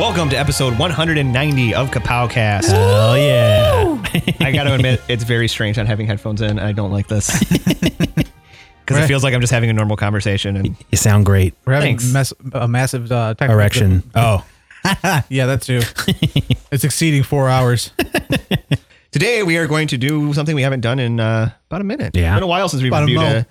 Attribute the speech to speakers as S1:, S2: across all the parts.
S1: Welcome to episode 190 of Kapowcast.
S2: Hell yeah.
S1: I got to admit, it's very strange not having headphones in. I don't like this because it feels like I'm just having a normal conversation. And
S2: You sound great.
S3: We're having
S1: Thanks.
S3: mess, a massive uh, technical
S2: Erection. Oh,
S3: Yeah, that too. it's exceeding four hours.
S1: today we are going to do something we haven't done in uh, about a minute.
S2: Yeah.
S1: it's been a while since we've
S3: About a
S1: reviewed a
S3: month.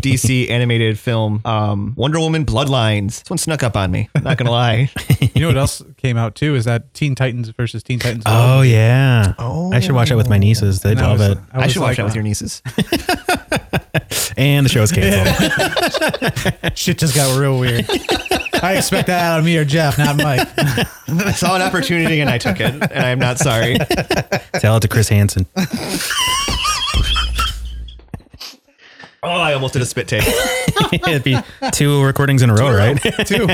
S1: DC animated film, um, Wonder Woman Bloodlines. This one snuck up on me. Not gonna lie.
S3: You know what else came out too is that Teen Titans versus Teen Titans.
S2: oh yeah. Oh, I should watch it with my nieces. They
S3: And I
S2: love
S3: was-
S2: it.
S1: I,
S3: was
S1: should watch
S3: like,
S1: that with your nieces.
S2: And the show's canceled.
S3: Shit just got real weird. I expect that out of me or Jeff, not Mike.
S1: I saw an opportunity and I took it, and I'm not sorry.
S2: Tell it to Chris Hansen.
S1: Oh, I almost did a spit take.
S2: It'd be two recordings in a row, right?
S3: too.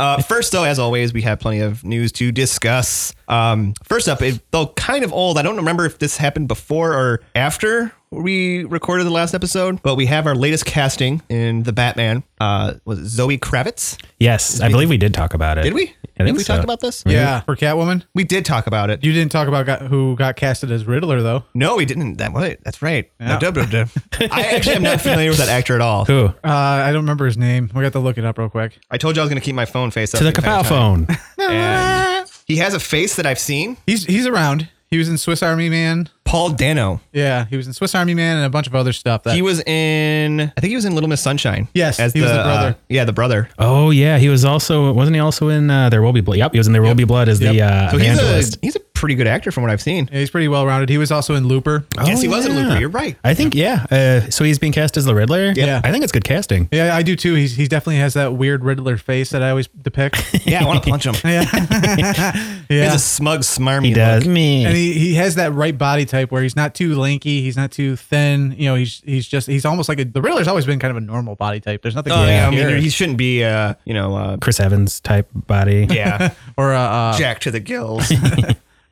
S1: Uh, first, though, as always, we have plenty of news to discuss. Um, first up, it, though kind of old, I don't remember if this happened before or after we recorded the last episode, but we have our latest casting in the Batman. Uh, was it Zoe Kravitz?
S2: Yes, I believe we did talk about it.
S1: Did we?
S2: I think
S1: we
S2: so.
S1: talked about this?
S3: Yeah, for Catwoman.
S1: we did talk about it.
S3: You didn't talk about got, who got casted as Riddler though.
S1: no, we didn't. That was it. That's right.
S3: Yeah.
S1: Duh, duh, duh, duh. I actually am not familiar with that actor at all.
S2: Who?
S3: Uh, I don't remember his name. We got to look it up real quick.
S1: I told you I was going to keep my phone face up
S2: To the
S1: entire
S2: Kapow
S1: time.
S2: phone.
S1: And he has a face that I've seen.
S3: He's he's around. He was in Swiss Army Man.
S1: Paul Dano.
S3: Yeah, he was in Swiss Army Man and a bunch of other stuff. That
S1: He was in, Uh, I think he was in Little Miss Sunshine.
S3: Yes,
S1: as
S3: he was
S1: the
S3: the brother.
S1: uh, yeah, the brother.
S2: Oh yeah, he was also wasn't he also in uh, There Will Be Blood? Yep, he was in There Will Be Blood as the
S3: Yep.
S2: uh,
S1: So he's
S2: evangelist.
S1: a he's a pretty good actor from what I've seen.
S3: yeah, he's pretty well rounded. He was also in Looper.
S2: Oh.
S1: yes, he was in
S2: yeah.
S1: Looper. You're right.
S2: I think yeah. Uh, so he's being cast as the Riddler.
S3: Yeah.
S2: I think it's good casting.
S3: Yeah, I do too. He's, he definitely has that weird Riddler face that I always depict.
S1: Yeah, I want to punch him. He
S3: yeah.
S1: has a smug, smarmy. He
S2: me.
S3: and he, he has that right body type where he's not too lanky, he's not too thin. You know, he's he's just he's almost like a the Riddler's always been kind of a normal body type. There's nothing
S1: Oh yeah, I
S3: wrong
S1: mean
S3: here.
S1: he shouldn't be. Uh, you know, uh,
S2: Chris Evans type body.
S1: yeah,
S3: or a, uh,
S1: Jack to the gills.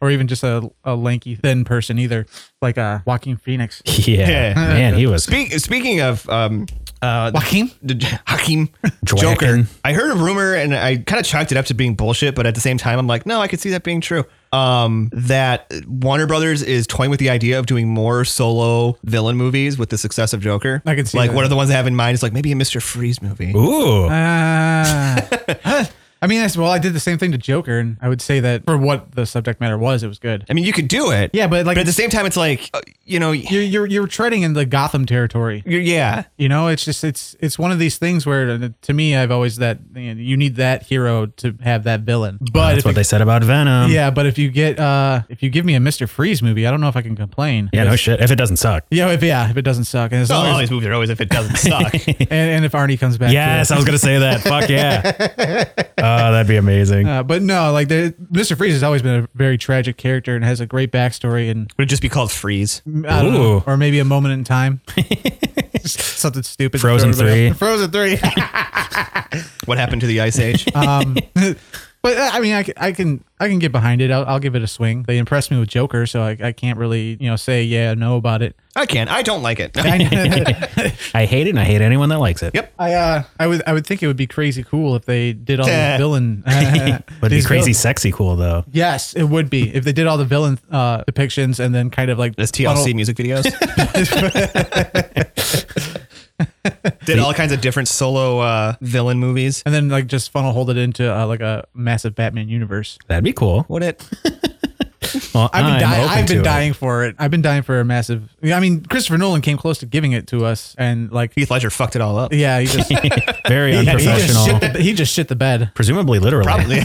S3: or even just a, a lanky thin person either, like uh, Joaquin Phoenix.
S2: Yeah.
S1: Yeah.
S2: Man, he was
S1: Speak, speaking of um, uh,
S3: Joaquin?
S1: the- Hakim Joker,
S2: Joaquin.
S1: I heard a rumor and I kind of chalked it up to being bullshit, but at the same time, I'm like, no, I could see that being true. Um, that Warner Brothers is toying with the idea of doing more solo villain movies with the success of Joker.
S3: I can see
S1: like
S3: that.
S1: one of the ones I have in mind is like maybe a Mr. Freeze movie.
S2: Ooh.
S3: Uh, Ah. I mean, I, s- well, I did the same thing to Joker, and I would say that for what the subject matter was, it was good.
S1: I mean, you could do it.
S3: Yeah, but, like-
S1: but at the same time, it's like, uh, you know, you're,
S3: You're, you're you're treading in the Gotham territory.
S1: yeah,
S3: You know, it's just it's it's one of these things where uh, to me, I've always that you, know, you need that hero to have that villain. But
S2: That's
S3: if
S2: what they said about Venom.
S3: you- yeah, but if you get uh if you give me a Mister Freeze movie, I don't know if I can complain.
S2: Yeah, no shit. If it doesn't suck.
S3: Yeah, if yeah, if it doesn't suck, and as
S1: Oh, all
S3: long as,
S1: these movies are always if it doesn't suck.
S3: and, and if Arnie comes back, to
S2: Yes,
S3: it.
S2: I was gonna say that. Fuck yeah. Oh, that'd be amazing.
S3: Uh, but no, like the Mister Freeze has always been a very tragic character and has a great backstory and
S1: Would it just be called Freeze?
S3: I don't know,
S2: Ooh.
S3: or maybe a moment in time. Just Something stupid.
S2: Frozen
S3: Throw everybody off. Frozen three.
S1: What happened to the Ice Age?
S3: um, but uh, I mean, I, c- I can I can get behind it. I'll, I'll give it a swing. They impressed me with Joker, so I, I can't really you know say yeah no about it.
S1: I can. I don't like it.
S3: I,
S2: I hate it and I hate anyone that likes it.
S1: Yep.
S3: I, uh, I would I would think it would be crazy cool if they did all
S1: Eh.
S3: the villain.
S2: But it'd
S3: these
S2: be crazy
S3: villain-
S2: sexy cool though.
S3: Yes, it would be if they did all the villain uh, depictions and then kind of like
S1: That's TLC
S3: funnel-
S1: music videos. Did all kinds of different solo uh, villain movies.
S3: and then like just funnel hold it into uh, like a massive Batman universe.
S2: That'd be cool.
S1: Would it?
S2: Well,
S3: I've been,
S2: I'm
S3: dying,
S2: open
S3: I've
S2: to
S3: been
S2: it.
S3: dying for it. I've been dying for a massive. I mean, Christopher Nolan came close to giving it to us, and like,
S1: Heath Ledger fucked it all up.
S3: yeah, he just, he,
S2: Very
S3: just
S2: unprofessional.
S3: shit the, he just shit the bed.
S2: Presumably literally.
S1: Probably.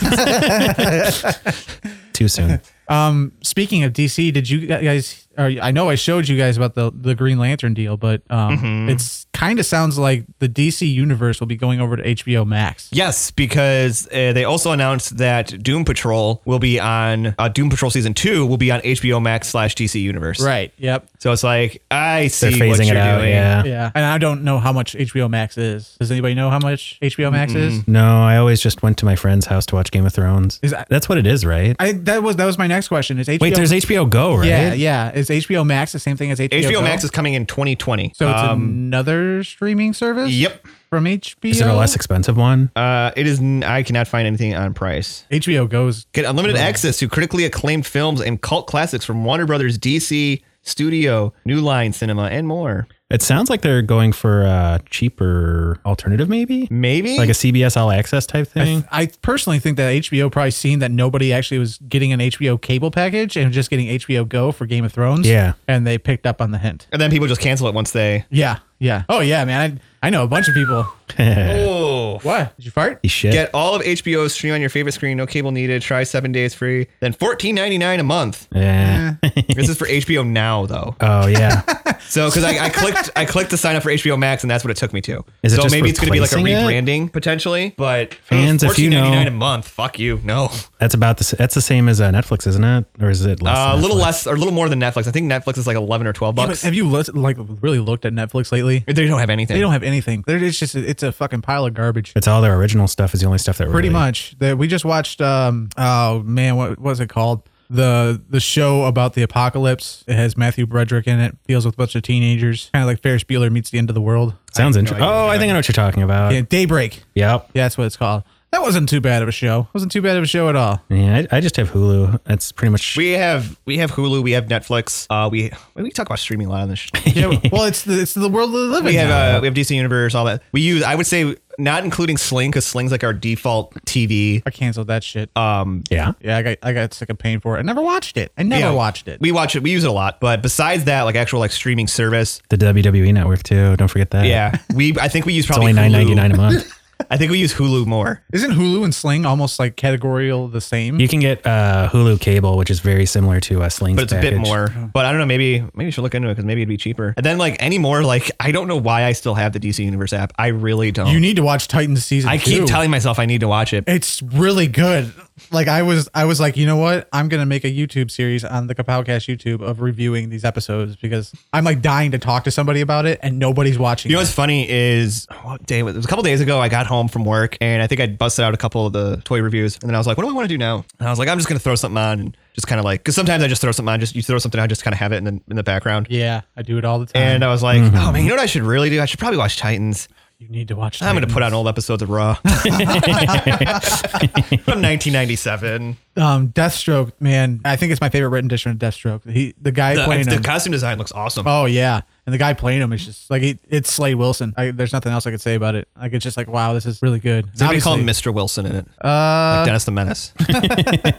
S2: Too soon.
S3: Um, speaking of DC, did you guys? Or I know I showed you guys about the the Green Lantern deal, but um,
S2: Mm-hmm.
S3: it's kind of sounds like the DC universe will be going over to HBO Max.
S1: yes, because uh, they also announced that Doom Patrol will be on uh, Doom Patrol season two will be on HBO Max slash DC Universe.
S3: Right. Yep.
S1: So it's like I see
S2: They're phasing
S1: what
S2: it
S1: you're
S2: out.
S1: doing.
S2: Yeah.
S3: Yeah. And I don't know how much HBO Max is. Does anybody know how much HBO Max is?
S2: No, I always just went to my friend's house to watch Game of Thrones.
S3: Is that-
S2: That's what it is, right?
S3: I that was that was my next question. Is HBO
S2: Wait, there's HBO Go, right?
S3: Yeah, yeah. It, is HBO Max the same thing as HBO?
S1: HBO
S3: Go?
S1: Max is coming in 2020.
S3: so it's
S1: Um,
S3: another streaming service.
S1: yep.
S3: from HBO.
S2: Is it a less expensive one?
S1: Uh, it is. n- I cannot find anything on price.
S3: HBO goes.
S1: Get unlimited access to critically acclaimed films and cult classics from Warner Brothers DC Studio, New Line Cinema, and more.
S2: It sounds like they're going for a cheaper alternative, maybe
S1: Maybe
S2: like a CBS All Access type thing.
S3: I personally think that HBO probably seen that nobody actually was getting an HBO cable package and just getting HBO Go for Game of Thrones.
S2: Yeah.
S3: and they picked up on the hint.
S1: and then people just cancel it once they.
S3: Yeah, yeah. Oh yeah, man. I, I know a bunch of people.
S1: Oh.
S3: What? Did you fart?
S2: Shit.
S1: Get all of HBO stream on your favorite screen, no cable needed. Try seven days free, then fourteen ninety nine a month.
S2: yeah.
S1: This is for HBO Now though,
S2: oh yeah.
S1: so because I, I clicked, I clicked to sign up for HBO Max, and that's what it took me to.
S2: Is it
S1: so
S2: just
S1: maybe it's going to be like a
S2: replacing
S1: rebranding potentially, but
S2: Fans, if you know-
S1: $14.99 a month, fuck you, no,
S2: That's about the. s- That's the same as uh, Netflix, isn't it? Or is it less?
S1: uh, a
S2: than
S1: little
S2: Netflix?
S1: less or a little more than Netflix. I think Netflix is like eleven or twelve
S3: Yeah,
S1: bucks.
S3: but have you lis- like really looked at Netflix lately?
S1: they don't have anything.
S3: They don't have anything. They're, it's just it's a fucking pile of garbage.
S2: It's all their original stuff. Is the only stuff that
S3: Pretty
S2: really-
S3: much. That we just watched. Um. Oh man, what was it called? The the show about the apocalypse. It has Matthew Broderick in it. Deals with a bunch of teenagers. Kind of like Ferris Bueller meets the end of the world.
S2: sounds
S1: no
S2: interesting.
S1: idea what
S2: oh, I
S1: you're
S2: think I know what you're talking about.
S3: Yeah, Daybreak.
S2: Yep.
S3: Yeah, that's what it's called. That wasn't too bad of a show. Wasn't too bad of a show at all.
S2: Yeah, I, I just have Hulu. That's pretty much.
S1: we have we have Hulu, we have Netflix. Uh, we we talk about streaming a lot on this. Show.
S3: Yeah. well, it's the it's the world we live in.
S1: We have
S3: now.
S1: uh, we have DC Universe, all that. We use I would say not including Sling because Sling's like our default TV.
S3: I canceled that shit. Oh,
S1: Um,
S2: yeah.
S3: yeah, I got I got sick of paying for it. I never watched it. I never
S1: yeah,
S3: watched it.
S1: We watch it. We use it a lot, but besides that, like actual like streaming service,
S2: The WWE network too. Don't forget that.
S1: yeah, we I think we use
S2: It's
S1: probably
S2: only nine ninety nine a
S1: Hulu.
S2: month.
S1: I think we use Hulu more.
S3: Isn't Hulu and Sling almost like categorical the same?
S2: You can get uh, Hulu cable, which is very similar to uh, Sling's.
S1: But it's a bit
S2: package.
S1: more. But I don't know. Maybe maybe we should look into it because maybe it'd be cheaper. And then like any more, like I don't know why I still have the DC Universe app. I really don't.
S3: You need to watch Titans season.
S1: I keep
S3: two.
S1: telling myself I need to watch it.
S3: it's really good. Like I was, I was like, you know what? I'm gonna make a YouTube series on the Kapowcast YouTube of reviewing these episodes because I'm like dying to talk to somebody about it, and nobody's watching.
S1: You know
S3: it.
S1: what's funny is what day was it? It was a couple days ago. I got home from work and I think I busted out a couple of the toy reviews and then I was like, what do I want to do now? And I was like, I'm just gonna throw something on and just kind of like because sometimes I just throw something on, just you throw something on, just kind of have it in the in the background.
S3: Yeah, I do it all the time.
S1: And I was like, oh man, you know what I should really do? I should probably watch Titans.
S3: you need to watch.
S1: I'm going to
S3: Titans.
S1: put on old episodes of Raw from 1997.
S3: um, Deathstroke, man. I think it's my favorite written edition of Deathstroke. He, the guy
S1: The,
S3: playing
S1: the
S3: him.
S1: costume design looks awesome.
S3: oh yeah, and the guy playing him is just like he, it's Slade Wilson. I, there's nothing else I could say about it. Like it's just like wow, this is really good.
S1: Somebody call him
S3: Obviously-
S1: Mr. Wilson in it. Uh, like Dennis the Menace.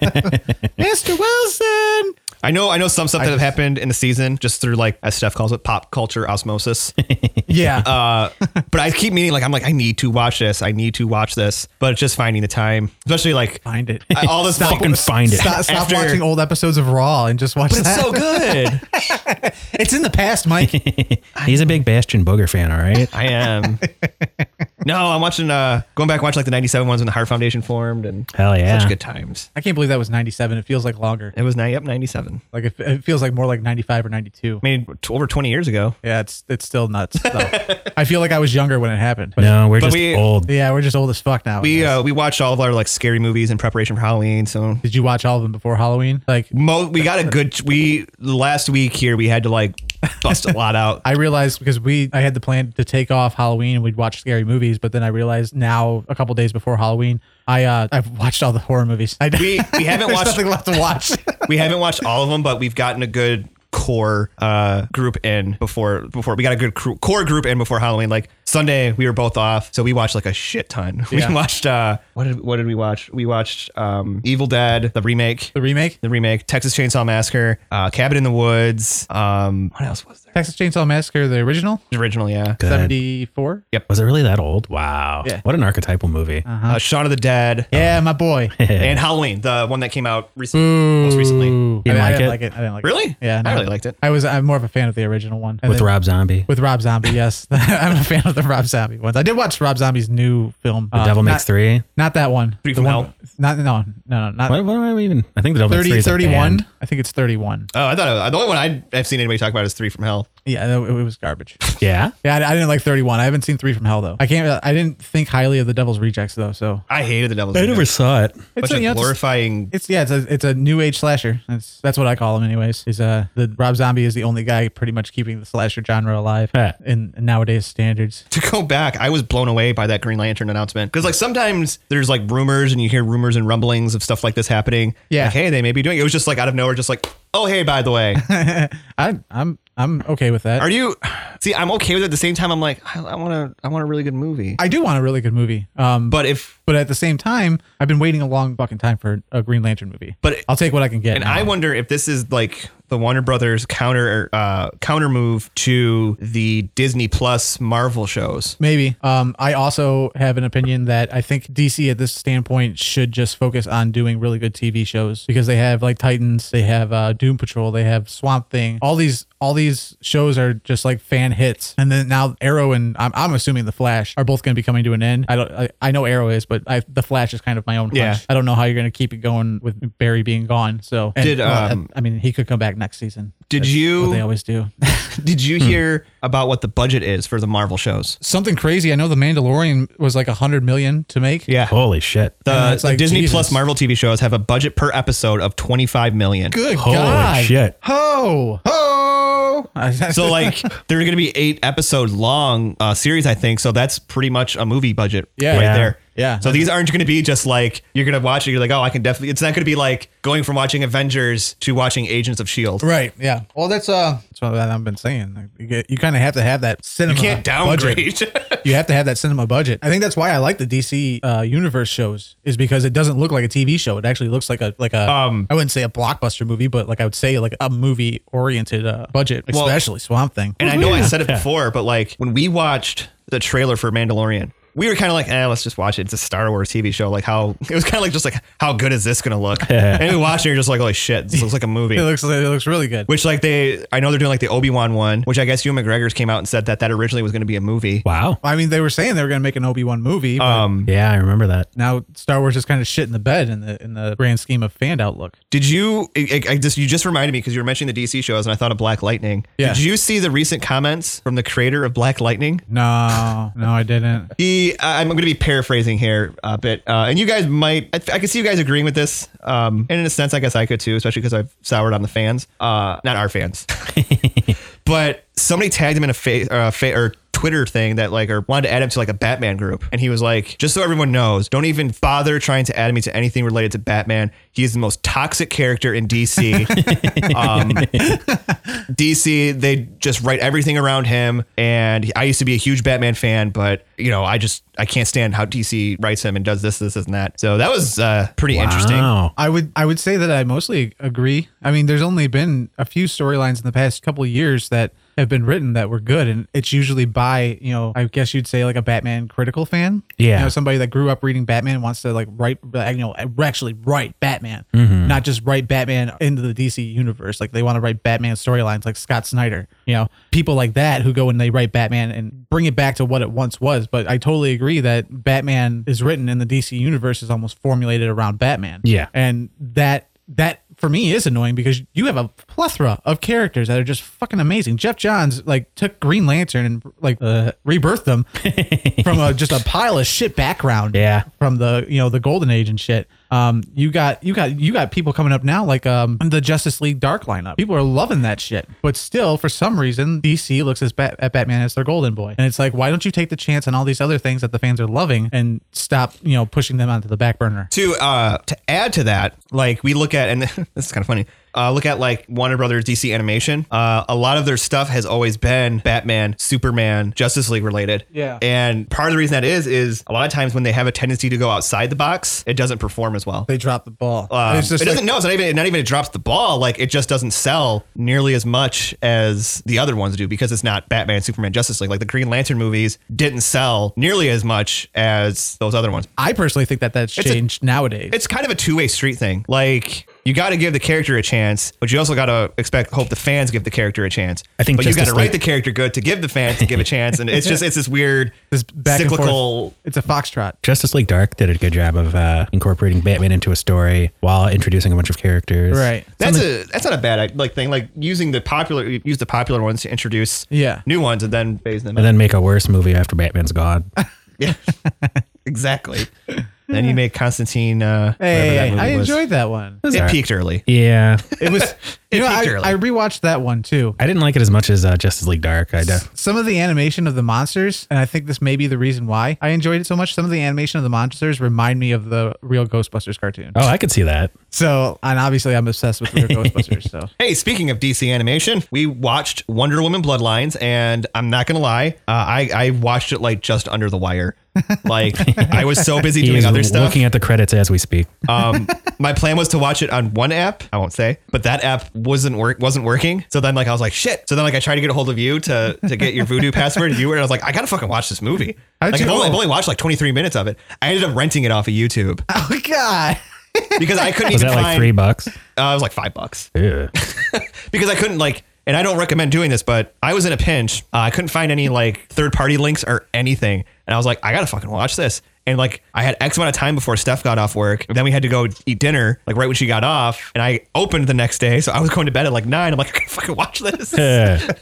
S3: Mr. Wilson.
S1: I know, I know some stuff that have happened in the season just through like, as Steph calls it, pop culture osmosis.
S3: Yeah.
S1: Uh, but I keep meaning like I'm like I need to watch this. I need to watch this. But it's just finding the time, especially like
S3: Find it.
S1: I- all this
S2: Fucking find it.
S3: Stop, stop
S1: After-
S3: watching old episodes of Raw and just watch
S1: But it's
S3: that.
S1: so good.
S3: it's in the past, Mike.
S2: He's a big Bastion Booger fan. All right.
S1: I am. No, I'm watching. uh Going back, and watch like the '97 ones when the Heart Foundation formed, and
S2: Hell yeah.
S1: such good times.
S3: I can't believe that was 97. It feels like longer.
S1: It was nine, yep, '97.
S3: Like it, it feels like more like 95 or 92.
S1: I mean, t- over 20 years ago.
S3: Yeah, it's it's still nuts. Though. I feel like I was younger when it happened. But
S2: No, we're
S1: But
S2: just
S1: we-
S2: old.
S3: Yeah, we're just old as fuck now. I
S1: We
S3: guess.
S1: uh, we watched all of our like scary movies in preparation for Halloween. So
S3: Did you watch all of them before Halloween? Like
S1: mo- we got a good. We last week here we had to like bust a lot out.
S3: I realized because we I had the plan to take off Halloween and we'd watch scary movies, but then I realized now a couple days before Halloween, I uh I've watched all the horror movies. I,
S1: We we haven't
S3: there's
S1: watched
S3: nothing left to watch.
S1: we haven't watched all of them, but we've gotten a good core uh group in before before we got a good cr- core group in before Halloween. Like Sunday, we were both off, so we watched like a shit ton.
S3: Yeah.
S1: We watched uh what did what did we watch? We watched um Evil Dead the remake,
S3: the remake,
S1: the remake, Texas Chainsaw Massacre, uh Cabin in the Woods. Um, what else was there?
S3: Texas Chainsaw Massacre, the original,
S1: Original, yeah.
S2: Good.
S3: seventy four.
S2: Was it really that old? Wow.
S3: Yeah.
S2: What an archetypal movie.
S1: Uh, Shaun of the Dead.
S3: Yeah, my boy.
S1: And Halloween, the one that came out recently, most recently.
S3: Ooh.
S2: You
S3: I,
S2: like
S3: I didn't
S2: it?
S3: like it. I didn't like it.
S1: Really?
S3: Yeah,
S1: I
S3: no.
S1: really liked it.
S3: I was I'm more of a fan of the original one. And
S2: With
S3: then-
S2: Rob Zombie.
S3: with Rob Zombie, yes. I'm a fan of the Rob Zombie ones. I did watch Rob Zombie's new film.
S1: Uh,
S3: uh,
S2: the Devil Makes
S3: not,
S2: Three.
S3: Not that one.
S1: Three
S3: the
S1: from
S3: one,
S1: Hell?
S3: Not no no no not
S2: What, what am I even? I think the Devil Makes
S3: 30,
S2: Three is a
S3: 31.
S2: band.
S3: I think it's 31.
S1: Oh, I thought it was, the only one I'd, I've seen anybody talk about is Three from Hell.
S3: Yeah, it, it was garbage.
S2: Yeah.
S3: Yeah, I, I didn't like 31. I haven't seen Three from Hell though. I can't. I didn't think highly of the Devil's Rejects though. So
S1: I hated the Devil's
S2: I never
S1: Rejects.
S2: saw it.
S1: Bunch of
S3: a- you know, it's-
S1: glorifying.
S3: It's yeah, it's a it's a new age slasher. That's that's what I call him, anyways. Is uh the Rob Zombie is the only guy pretty much keeping the slasher genre alive
S2: Yeah.
S3: in, in nowadays standards.
S1: to go back, I was blown away by that Green Lantern announcement because like sometimes there's like rumors and you hear rumors and rumblings of stuff like this happening.
S3: Yeah.
S1: like, hey, they may be doing. It It was just like out of nowhere, just like oh hey, by the way,
S3: I I'm I'm okay with that.
S1: are you? See, I'm okay with it. At the same time, I'm like I want to. I want a really good movie.
S3: I do want a really good movie. Um, but
S1: but if
S3: but at the same time, I've been waiting a long fucking time for a Green Lantern movie.
S1: But it-
S3: I'll take what I can get.
S1: And
S3: now.
S1: I wonder if this is like the Warner Brothers counter uh, counter move to the Disney Plus Marvel shows.
S3: Maybe. Um, I also have an opinion that I think DC at this standpoint should just focus on doing really good TV shows because they have like Titans, they have uh, Doom Patrol, they have Swamp Thing. All these all these shows are just like fan hits. And then now Arrow and I'm, I'm assuming the Flash are both going to be coming to an end. I don't I, I know Arrow is, but I the Flash is kind of my own. Punch.
S1: Yeah.
S3: I don't know how you're going to keep it going with Barry being gone. So and,
S1: Did,
S3: well,
S1: um,
S3: I, I mean he could come back next season.
S1: Did
S3: That's
S1: you-
S3: What they always do.
S1: Did you hear about what the budget is for the Marvel shows?
S3: something crazy. I know the Mandalorian was like a hundred million to make.
S1: Yeah.
S2: Holy shit.
S1: The,
S3: it's like,
S1: the Disney
S3: Jesus.
S1: Plus Marvel TV shows have a budget per episode of 25 million.
S3: Good
S2: Holy
S3: God.
S2: shit.
S3: Ho.
S1: Oh.
S3: so
S1: So like they're going to be 8 episode long uh, series I think. So that's pretty much a movie budget
S3: Yeah.
S1: right
S2: Yeah.
S1: there.
S3: Yeah.
S1: So these aren't going to be just like you're going to watch it you're like oh I can definitely it's not going to be like going from watching Avengers to watching Agents of Shield.
S3: right, yeah. Well, that's uh, that's what I've been saying. Like, you get, you kind of have to have that cinema.
S1: You can't downgrade.
S3: budget. You have to have that cinema budget. I think that's why I like the DC uh, universe shows is because it doesn't look like a TV show. It actually looks like a like a
S1: Um,
S3: I wouldn't say a blockbuster movie, but like I would say like a movie oriented uh, budget,
S1: Well-
S3: especially Swamp Thing.
S1: And I know I said it before, but like when we watched the trailer for Mandalorian, we were kind of like, eh, let's just watch it. It's a Star Wars TV show. Like how it was kind of like just like how good is this gonna look? and we watched it, and you're just like, holy shit, this looks like a movie.
S3: it looks it looks really good.
S1: Which like they, I know they're doing like the Obi Wan one, which I guess Hugh McGregor's came out and said that that originally was going to be a movie.
S2: Wow.
S3: I mean, they were saying they were going to make an Obi Wan movie. but
S1: Um,
S2: Yeah, I remember that.
S3: now Star Wars is kind of shit in the bed in the in the grand scheme of fan outlook.
S1: Did you? I, I just you just reminded me because you were mentioning the DC shows, and I thought of Black Lightning.
S3: Yeah.
S1: Did you see the recent comments from the creator of Black Lightning?
S3: No, no, I didn't.
S1: he I- i'm going to be paraphrasing here a bit uh, and you guys might I, I can see you guys agreeing with this um, and in a sense i guess i could too especially because i've soured on the fans uh, not our fans but somebody tagged him in a face uh, fa- or Twitter thing that like or wanted to add him to like a Batman group, and he was like, just so everyone knows, don't even bother trying to add me to anything related to Batman. He is the most toxic character in DC. um, DC, they just write everything around him, and I used to be a huge Batman fan, but you know, I just I can't stand how DC writes him and does this, this, this, and that. So that was uh, pretty interesting.
S2: Wow.
S3: I would I would say that I mostly agree. I mean, there's only been a few storylines in the past couple of years that have been written that were good, and it's usually by you know I guess you'd say like a Batman critical fan.
S2: Yeah.
S3: you know somebody that grew up reading Batman and wants to like write uh, you know actually write Batman, not just write Batman into the DC universe. Like they want to write Batman storylines like Scott Snyder. You know people like that who go and they write Batman and bring it back to what it once was. But I totally agree that Batman is written in the DC universe is almost formulated around Batman.
S2: Yeah.
S3: And that that for me is annoying because you have a plethora of characters that are just fucking amazing. Jeff Johns like took Green Lantern and like uh, rebirthed them from a just a pile of shit background.
S2: Yeah.
S3: From the you know the Golden Age and shit. Um, you got you got you got people coming up now like um the Justice League Dark lineup. People are loving that shit, but still for some reason DC looks as bat- at Batman as their golden boy, and it's like why don't you take the chance on all these other things that the fans are loving and stop you know pushing them onto the back burner?
S1: To uh, to add to that, like we look at, and this is kind of funny. Uh, look at like Warner Brothers DC Animation. Uh, a lot of their stuff has always been Batman, Superman, Justice League related.
S3: Yeah.
S1: And part of the reason that is is a lot of times when they have a tendency to go outside the box, it doesn't perform as well.
S3: They drop the ball.
S1: Um,
S3: it's just
S1: it
S3: like-
S1: doesn't. No, it's not even. Not even. It drops the ball. Like it just doesn't sell nearly as much as the other ones do because it's not Batman, Superman, Justice League. Like the Green Lantern movies didn't sell nearly as much as those other ones.
S3: I personally think that that's
S1: a-
S3: changed nowadays.
S1: It's kind of a two way street thing. Like You got to give the character a chance, but you also got to expect, hope the fans give the character a chance.
S2: I think
S1: but you got
S2: Justice
S1: to write
S2: League-
S1: the character good to give the fans to give a chance, and it's just it's this weird
S3: This back and
S1: cyclical.
S3: It's a foxtrot.
S2: Justice League Dark did a good job of uh, incorporating Batman into a story while introducing a bunch of characters.
S3: Right.
S1: That's a that's not a bad like thing. Like using the popular use the popular ones to introduce
S3: Yeah.
S1: new ones and then phase them.
S2: And
S1: out.
S2: then make a worse movie after Batman's gone.
S1: Yeah, exactly. then you make Constantine. Uh, whatever
S3: Hey,
S1: that movie
S3: I
S1: was.
S3: enjoyed that one.
S1: It
S2: alright.
S1: peaked early.
S2: yeah.
S3: It was. you know,
S1: peaked
S3: I,
S1: early.
S3: I rewatched that one too.
S2: I didn't like it as much as uh, Justice League Dark. I def-
S3: Some of the animation of the monsters, and I think this may be the reason why I enjoyed it so much. Some of the animation of the monsters remind me of the real Ghostbusters cartoon.
S2: oh, I could see that.
S3: So, and obviously, I'm obsessed with real Ghostbusters. So,
S1: Hey, speaking of DC animation, we watched Wonder Woman Bloodlines, and I'm not gonna lie, uh, I I watched it like just under the wire. Like I was so busy
S2: He
S1: doing
S2: is
S1: other stuff.
S2: looking at the credits as we speak.
S1: Um, my plan was to watch it on one app. I won't say, but that app wasn't work wasn't working. So then like I was like shit. So then like I tried to get a hold of you to to get your Voodoo password. You were and I was like I gotta fucking watch this movie.
S3: How'd
S1: Like,
S3: you
S1: I've, only,
S3: know?
S1: I've only watched like 23 minutes of it. I ended up renting it off of YouTube
S3: oh god,
S1: because I couldn't
S2: Was
S1: even
S2: that like
S1: find.
S2: three bucks?
S1: uh, it was like five bucks.
S2: Ew.
S1: because I couldn't like, and I don't recommend doing this, but I was in a pinch. Uh, I couldn't find any like third party links or anything, and I was like, I gotta fucking watch this. And like, I had X amount of time before Steph got off work. And then we had to go eat dinner, like right when she got off. And I opened the next day, so I was going to bed at like nine. I'm like, I gotta fucking watch this.
S2: Yeah.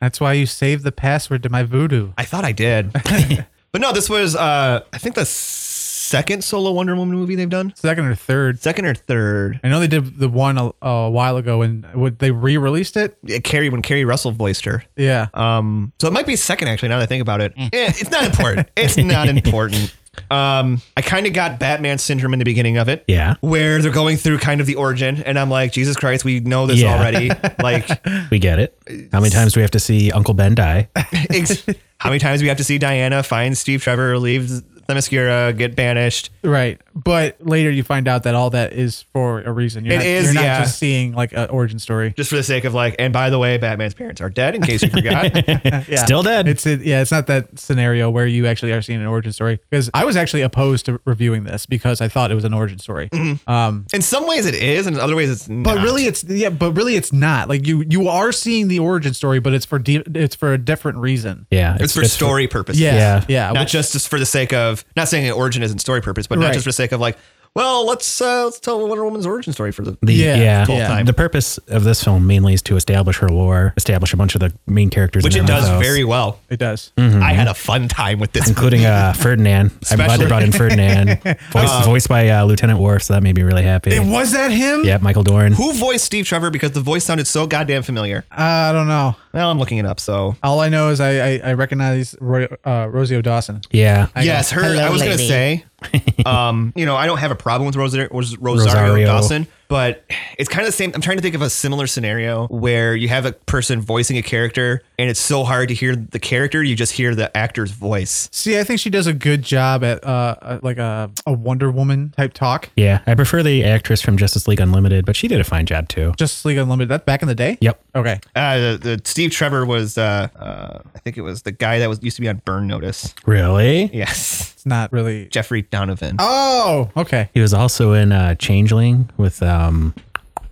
S3: that's why you saved the password to my voodoo.
S1: I thought I did, but no, this was uh, I think the second solo Wonder Woman movie they've done,
S3: Second or third.
S1: second or third.
S3: I know they did the one a, a while ago, and what they re-released it.
S1: Yeah, Carrie when Carrie Russell voiced her.
S3: Yeah,
S1: Um, so it might be second actually. Now that I think about it, Eh, it's not important. It's not important. Um, I kind of got Batman syndrome in the beginning of it.
S2: Yeah.
S1: where they're going through kind of the origin, and I'm like, Jesus Christ, we know this
S2: Yeah.
S1: already. like,
S2: we get it. How many times do we have to see Uncle Ben die?
S1: ex- how many times do we have to see Diana find Steve Trevor, leave the mascara, get banished?
S3: right. But later you find out that all that is for a reason. You're
S1: It
S3: not,
S1: is,
S3: You're not
S1: yeah.
S3: just seeing like an origin story.
S1: Just for the sake of like, and by the way, Batman's parents are dead. In case you forgot,
S3: Yeah.
S2: Still dead.
S3: It's it yeah, it's not that scenario where you actually are seeing an origin story because I was actually opposed to reviewing this because I thought it was an origin story. Um,
S1: in some ways it is, and in other ways it's not.
S3: but really, it's yeah, but really, it's not like you you are seeing the origin story, but it's for de- it's for a different reason.
S2: yeah.
S1: it's, for story purposes.
S3: Yeah,
S2: Yeah.
S3: yeah,
S1: not
S3: which-
S1: just just for the sake of not saying an origin isn't story purpose, but not
S3: Right.
S1: just for the sake of like, well, let's uh, let's tell Wonder Woman's origin story for the.
S2: The,
S3: Yeah,
S2: yeah,
S3: full Yeah.
S1: time.
S2: The purpose of this film mainly is to establish her lore, establish a bunch of the main characters,
S1: which
S2: in
S1: it
S2: their
S1: does
S2: mythos,
S1: very well.
S3: it does.
S2: Mm.
S1: I had a fun time with this.
S2: including uh, Ferdinand. I'm glad
S1: Especially- Um,
S2: they brought in Ferdinand, voiced, voiced by uh, Lieutenant Worf, so that made me really happy.
S3: Was that him?
S2: yeah, Michael Dorn.
S1: Who voiced Steve Trevor? Because the voice sounded so goddamn familiar.
S3: Uh, I don't know.
S1: Well, I'm looking it up. So
S3: All I know is I I, I recognize Roy, uh, Rosie O'Dawson.
S2: yeah,
S1: yes, her.
S4: Hello,
S1: I was
S4: lady.
S1: gonna say, um, you know, I don't have a problem with Rosa, was Rosario,
S2: Rosario.
S1: Dawson, but it's kind of the same. I'm trying to think of a similar scenario where you have a person voicing a character, and it's so hard to hear the character, you just hear the actor's voice.
S3: See, I think she does a good job at uh, uh like a a Wonder Woman type talk.
S2: yeah. I prefer the actress from Justice League Unlimited, but she did a fine job too.
S3: Justice League Unlimited. That back in the day.
S2: Yep.
S3: Okay.
S1: Uh, the, the Steve Trevor was, uh, uh, I think it was the guy that was used to be on Burn Notice.
S2: Really?
S1: Yes,
S3: It's not really.
S1: Jeffrey Donovan.
S3: Oh, okay.
S2: He was also in uh, Changeling with um,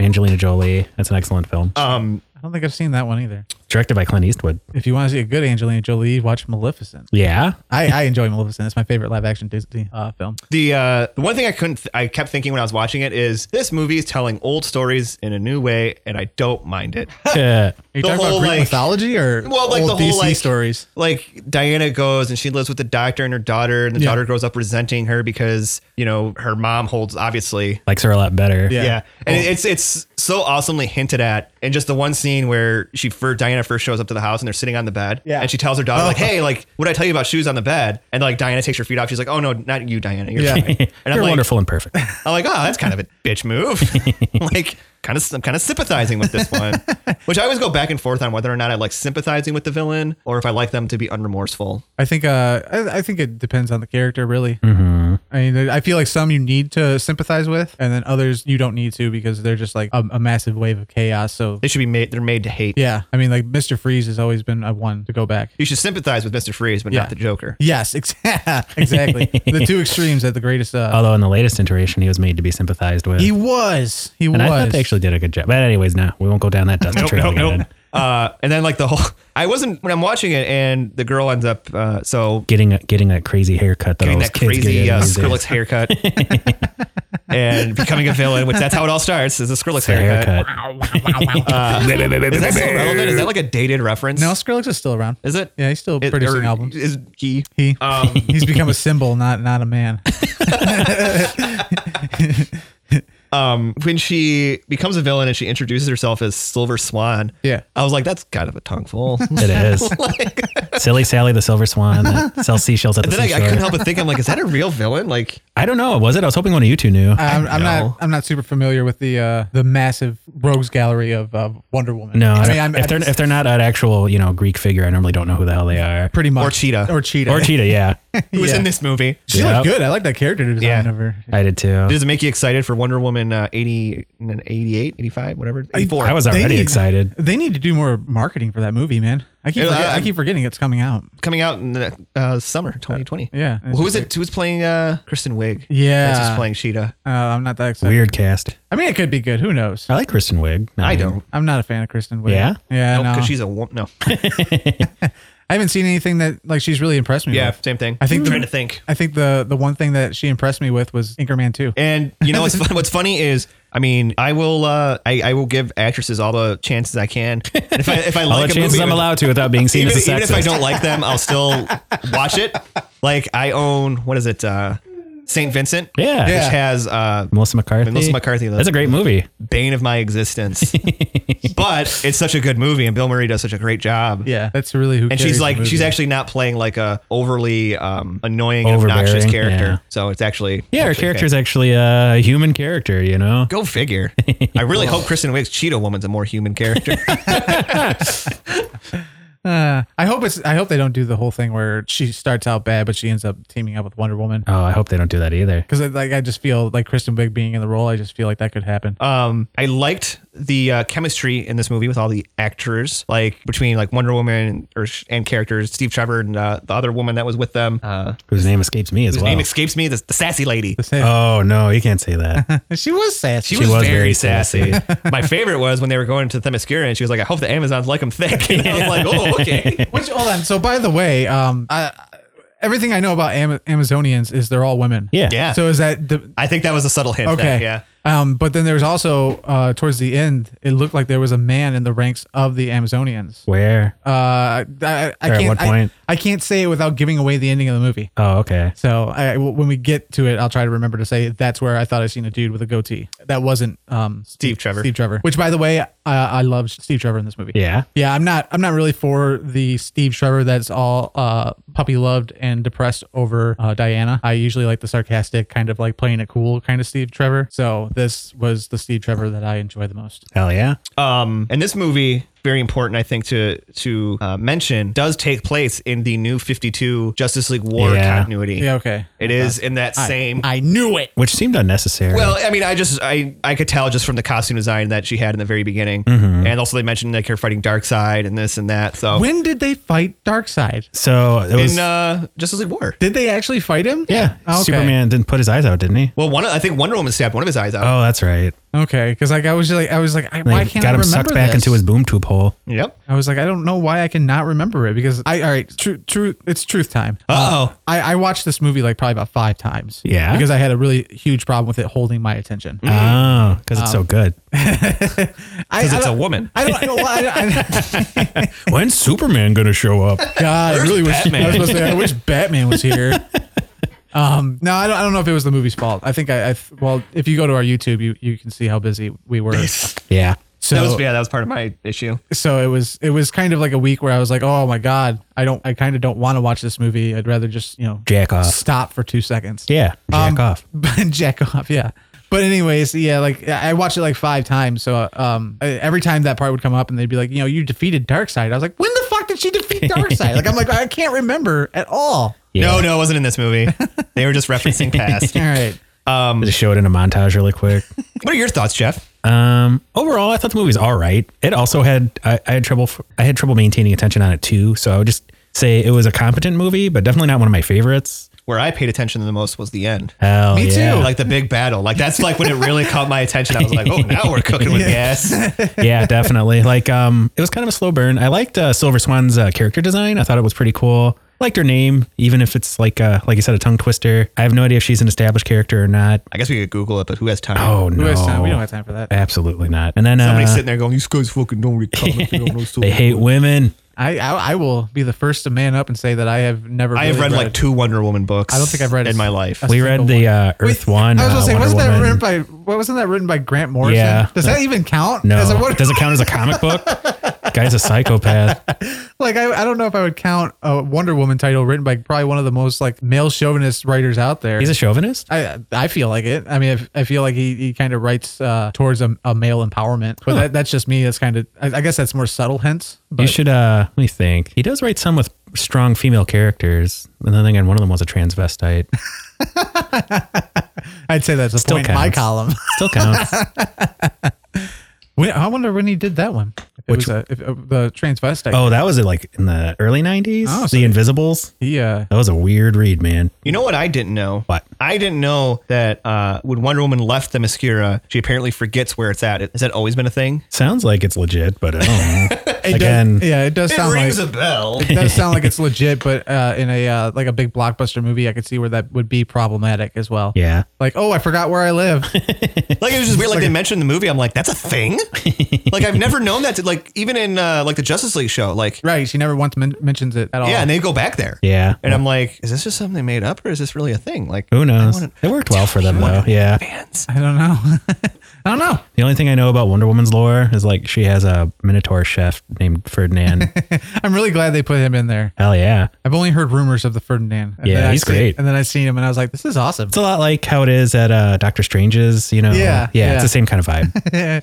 S2: Angelina Jolie. That's an excellent film.
S1: Um,
S3: I don't think I've seen that one either.
S2: Directed by Clint Eastwood.
S3: If you want to see a good Angelina Jolie, watch Maleficent.
S2: Yeah.
S3: I, I enjoy Maleficent. It's my favorite live action Disney uh, film.
S1: the uh, the one thing I couldn't, th- I kept thinking when I was watching it is this movie is telling old stories in a new way, and I don't mind it.
S2: Yeah.
S3: Are you
S1: The
S3: talking
S1: whole,
S3: about Greek
S1: like-
S3: mythology or
S1: Well, like
S3: old
S1: the whole,
S3: DC
S1: like-
S3: stories?
S1: like Diana goes and she lives with the doctor and her daughter, and the
S3: Yeah.
S1: daughter grows up resenting her because you know her mom holds obviously.
S2: Likes her a lot better.
S1: Yeah,
S3: Yeah.
S1: and it's it's so awesomely hinted at, and just the one scene where she first Diana first shows up to the house and they're sitting on the bed,
S3: Yeah. Oh.
S1: and she tells her daughter like, "Hey, like, what I tell you about shoes on the bed?" And like Diana takes her feet off, she's like, "Oh no, not you, Diana, you're
S3: Yeah.
S1: fine." And I'm
S2: You're
S1: like,
S2: wonderful and perfect.
S1: I'm like, "Oh, that's kind of a bitch move." like, kind of I'm kind of sympathizing with this one, which I always go back and forth on whether or not I like sympathizing with the villain or if I like them to be unremorseful.
S3: I think uh, I, I think it depends on the character, really.
S2: Mm-hmm.
S3: I mean, I feel like some you need to sympathize with, and then others you don't need to because they're just like a, a massive wave of chaos. So
S1: They should be made. They're made to hate.
S3: yeah, I mean, like Mister Freeze has always been a one to go back.
S1: You should sympathize with Mister Freeze, but
S3: Yeah.
S1: not the Joker.
S3: Yes, ex- exactly. the two extremes at the greatest. Uh,
S2: Although in the latest iteration, he was made to be sympathized with.
S3: he was. He
S2: and
S3: was.
S2: I thought they actually did a good job. But anyways, no, we won't go down that dusty trail again.
S1: Uh, and then like the whole, I wasn't when I'm watching it, and the girl ends up. Uh, so
S2: Getting a, getting that crazy haircut that all
S1: getting
S2: those
S1: that
S2: kids
S1: crazy
S2: get
S1: uh,
S2: these days.
S1: Skrillex haircut and becoming a villain, which that's how it all starts. Is a Skrillex
S2: The
S1: haircut. Uh,
S2: haircut.
S1: Is that still relevant? Is that like a dated reference?
S3: no, Skrillex is still around.
S1: Is it?
S3: Yeah, he's still
S1: It-
S3: producing
S1: or
S3: albums.
S1: Is he?
S3: He
S1: Um,
S3: he's become a symbol, not not a man.
S1: um, when she becomes a villain and she introduces herself as Silver Swan.
S3: Yeah.
S1: I was like, that's kind of a tongueful.
S2: It is. Silly Sally the Silver Swan that sells seashells at the
S1: then I, I
S2: seashore.
S1: couldn't help but think, I'm like, is that a real villain? Like,
S2: I don't know. Was it? I was hoping one of you two knew.
S1: Uh,
S3: I'm, I'm
S1: know.
S3: not. I'm not super familiar with the uh, the massive rogues gallery of uh, Wonder Woman.
S2: no,
S3: I
S2: I
S3: mean,
S2: don't-
S3: I'm,
S2: if they're if they're not an actual you know Greek figure, I normally don't know who the hell they are.
S3: pretty much
S1: Or Cheetah.
S3: or Cheetah
S2: Or cheetah, yeah.
S1: who was
S3: Yeah.
S1: in this movie?
S3: She
S2: Yeah.
S3: looked good. I like that character design
S1: Yeah.
S3: of her.
S2: I did too.
S1: Does it make you excited for Wonder Woman uh, 80 and then 88, 85, whatever? 84.
S2: I was
S3: They
S2: already
S3: need-
S2: excited.
S3: They need to do more marketing for that movie, man. I keep
S1: Yeah,
S3: forget- I,
S1: I-
S3: keep forgetting it's coming out.
S1: coming out in the uh, summer 2020.
S3: Yeah.
S1: Who is it? Who's playing uh, Kristen Wiig?
S3: Yeah.
S1: That's who's playing Cheetah.
S3: Uh, I'm not that excited.
S2: Weird cast.
S3: I mean, it could be good. Who knows?
S2: I like Kristen Wiig. No,
S1: I don't.
S3: I'm not a fan of Kristen Wiig.
S2: Yeah?
S3: Yeah.
S1: Because
S3: no.
S1: she's a woman. No.
S3: I haven't seen anything that like she's really impressed me.
S1: Yeah,
S3: With.
S1: same thing.
S3: I think
S1: I'm
S3: the-
S1: trying to think.
S3: I think the the one thing that she impressed me with was Anchorman 2.
S1: And you know what's fun, what's funny is I mean I will uh, I, I will give actresses all the chances I can. And if I if I
S2: All
S1: like
S2: the
S1: a movie,
S2: chances I'm allowed to without being seen
S1: even,
S2: as a
S1: even if I
S2: sexist.
S1: don't like them, I'll still watch it. Like I own what is it uh, Saint Vincent?
S2: Yeah.
S1: which
S2: Yeah.
S1: has uh,
S2: Melissa McCarthy.
S1: Melissa McCarthy, the-
S2: That's a great movie.
S1: bane of my existence, but it's such a good movie, and Bill Murray does such a great job.
S3: Yeah. That's really who.
S1: And
S3: carries
S1: she's
S3: the
S1: like, she's
S3: movie.
S1: actually not playing like a overly um, annoying, and obnoxious
S2: Overbearing,
S1: character.
S2: yeah.
S1: So it's actually
S2: Yeah, her
S1: actually
S2: character's actually a human character, you know?
S1: Go figure. I really hope Kristen Wiig's Cheetah Woman's a more human character.
S3: Uh, I hope it's. I hope they don't do the whole thing where she starts out bad, but she ends up teaming up with Wonder
S1: Uh-huh.
S3: Woman.
S2: Oh, I hope they don't do that either.
S3: Because like I just feel like Kristen Wiig being in the role, I just feel like that could happen.
S1: um, I liked the uh, chemistry in this movie with all the actors, like between like Wonder Woman and, or, and characters, Steve Trevor and uh, the other woman that was with them. Uh,
S2: Whose name escapes me as
S1: whose
S2: well.
S1: name escapes me, the, the sassy lady.
S2: oh, no, you can't say that.
S3: she was
S1: She,
S3: sassy.
S2: She
S1: was,
S2: was
S1: very,
S2: very
S1: sassy. My favorite was when they were going to Themyscira and she was like, I hope the Amazons like them thick. And I was like, oh, okay.
S3: Which hold on. So by the way, um, I, everything I know about Am- Amazonians is they're all women.
S2: Yeah.
S1: Yeah.
S3: So is that the
S1: I think that was a subtle hint.
S3: okay?
S1: there, yeah.
S3: Um, but then there's also uh, towards the end, it looked like there was a man in the ranks of the Amazonians.
S2: Where?
S3: Uh, I, I, I
S2: Or at
S3: can't.
S2: what
S3: I-
S2: point?
S3: I, can't say it without giving away the ending of the movie.
S2: Oh, okay.
S3: So I, w- when we get to it, I'll try to remember to say that's where I thought I seen a dude with a goatee. That wasn't um,
S1: Steve Trevor.
S3: Steve Trevor. Which, by the way, I, I love Steve Trevor in this movie.
S2: Yeah.
S3: Yeah, I'm not. I'm not really for the Steve Trevor that's all uh, puppy loved and depressed over uh, Diana. I usually like the sarcastic, kind of like playing it cool kind of Steve Trevor. So this was the Steve Trevor that I enjoy the most.
S2: Hell yeah.
S1: Um, and this movie, very important, I think, to to uh, mention, does take place in the new 52 Justice League War
S2: Yeah.
S1: continuity.
S3: Yeah. Okay.
S1: It is in that same.
S3: I knew it.
S2: Which seemed unnecessary.
S1: well, I mean, I just I I could tell just from the costume design that she had in the very beginning, and also they mentioned like her fighting Darkseid and this and that.
S2: Oh.
S1: So
S3: When did they fight Darkseid?
S2: so it was.
S1: in uh, Justice League War,
S3: Did they actually fight him?
S2: yeah.
S3: Okay.
S2: Superman didn't put his eyes out, didn't he?
S1: well, one of- I think Wonder Woman stabbed one of his eyes out.
S2: Oh, that's right.
S3: Okay. Because like I was like I was like I, why
S2: They
S3: can't
S2: got
S3: I
S2: him
S3: remember
S2: sucked back
S3: this?
S2: into his boom tube hole.
S1: Yep.
S3: I was like, I don't know why I cannot remember it because I all right, true, true, it's truth time. Uh,
S1: Uh-oh.
S3: I, I watched this movie like probably about five times.
S2: Yeah?
S3: because I had a really huge problem with it holding my attention.
S1: Mm,
S3: I,
S2: Oh, because it's so good.
S3: I
S1: Because it's a
S3: don't-
S1: woman.
S3: I don't know why. I-
S2: When's Superman gonna show up?
S3: God, I really wish
S1: Batman?
S3: I was supposed to say, I wish Batman was here. Um, no, I don't, I don't know if it was the movie's fault. I think I, I well, if you go to our YouTube, you, you can see how busy we were.
S2: Yeah.
S3: So
S1: That was yeah, that was part of my issue.
S3: so it was it was kind of like a week where I was like, oh my god, I don't, I kind of don't want to watch this movie. I'd rather just you know
S2: Jack off.
S3: stop for two seconds.
S2: Yeah. Jack
S3: Um,
S2: off.
S3: Jack off, yeah. But anyways, yeah, like I watched it like five times. So um, I- every time that part would come up, and they'd be like, you know, you defeated Darkseid. I was like, when the fuck did she defeat Darkseid? like I'm like, I can't remember at all.
S1: No,
S2: Yeah.
S1: no, it wasn't in this movie. They were just referencing past.
S3: All right.
S2: Just show it in a montage really quick.
S1: What are your thoughts, Jeff?
S2: Um, overall, I thought the movie's all right. It also had I, I had trouble f- I had trouble maintaining attention on it too. So I would just say it was a competent movie, but definitely not one of my favorites.
S1: Where I paid attention the most was the end.
S2: Hell
S3: Me too.
S2: yeah.
S1: Like the big battle. Like that's like when it really caught my attention. I was like, oh, now we're cooking with gas.
S2: yeah, definitely. Like, um, it was kind of a slow burn. I liked uh, Silver Swan's uh, character design. I thought it was pretty cool. Liked her name, even if it's like, uh, like you said, a tongue twister. I have no idea if she's an established character or not.
S1: I guess we could Google it, but who has time?
S2: Oh no,
S3: Who has time? We don't have time for that.
S2: Absolutely not. And then
S1: Somebody's
S2: uh,
S1: sitting there going, "You guys fucking don't really come if you don't know." so
S2: they hate women.
S3: I, I I will be the first to man up and say that I have never.
S1: I have
S3: really
S1: read like two Wonder Woman books.
S3: I don't think I've read a
S1: in
S3: s-
S1: my life.
S3: a
S2: We
S3: single
S2: read the uh, Earth One.
S3: I was gonna
S2: uh,
S3: say,
S2: Wonder
S3: wasn't that
S2: Woman.
S3: written by? What wasn't that written by Grant Morrison?
S2: Yeah.
S3: Does that even count?
S2: No,
S3: As a- what-
S2: does it count as a comic book? Guy's a psychopath.
S3: like I, I don't know if I would count a Wonder Woman title written by probably one of the most like male chauvinist writers out there.
S2: He's a chauvinist.
S3: I I feel like it. I mean, if- I feel like he, he kind of writes uh, towards a, a male empowerment, but that, that's just me. That's kind of I, I guess that's more subtle hints. But
S2: You should uh let me think. He does write some with strong female characters. And then again, one of them was a transvestite.
S3: I'd say that's a
S2: Still
S3: point in my
S2: counts.
S3: column.
S2: Still counts.
S3: When- I wonder when he did that one. If
S2: Which-
S3: it was a, if, uh, the transvestite.
S2: Oh, that was it like in the early 90s?
S3: Oh, so-
S2: the Invisibles?
S3: he uh,
S2: That was a weird read, man.
S1: You know what I didn't know?
S2: What?
S1: I didn't know that uh, when Wonder Woman left the Mascara, she apparently forgets where it's at. Has that always been a thing?
S2: Sounds like it's legit, but I don't know.
S3: it does-
S2: Oh. again,
S3: yeah, it does sound like
S1: a bell.
S3: it does sound like it's legit, but uh, in a uh, like a big blockbuster movie, I could see where that would be problematic as well.
S2: yeah.
S3: Like, oh, I forgot where I live.
S1: like it was just weird. Like they mentioned in the movie, I'm like, that's a thing. like I've never known that. To, like even in uh, like the Justice League show, like
S3: right. She never once men- mentions it at all.
S1: yeah, and they go back there.
S2: Oh. Yeah.
S1: and I'm like, is this just something they made up, or is this really a thing? Like
S2: Who knows?
S1: wanna-
S2: it worked well for them though. Yeah.
S1: fans.
S3: I don't know. I don't know.
S2: The only thing I know about Wonder Woman's lore is like she has a Minotaur chef named Ferdinand.
S3: I'm really glad they put him in there.
S2: Hell yeah.
S3: I've only heard rumors of the Ferdinand. And
S2: Yeah,
S3: then I
S2: he's
S3: see-
S2: great.
S3: And then I seen him, and I was like, "This is awesome."
S2: It's a lot like how it is at uh, Doctor Strange's, you know. yeah,
S3: Yeah, yeah.
S2: it's the same kind of vibe.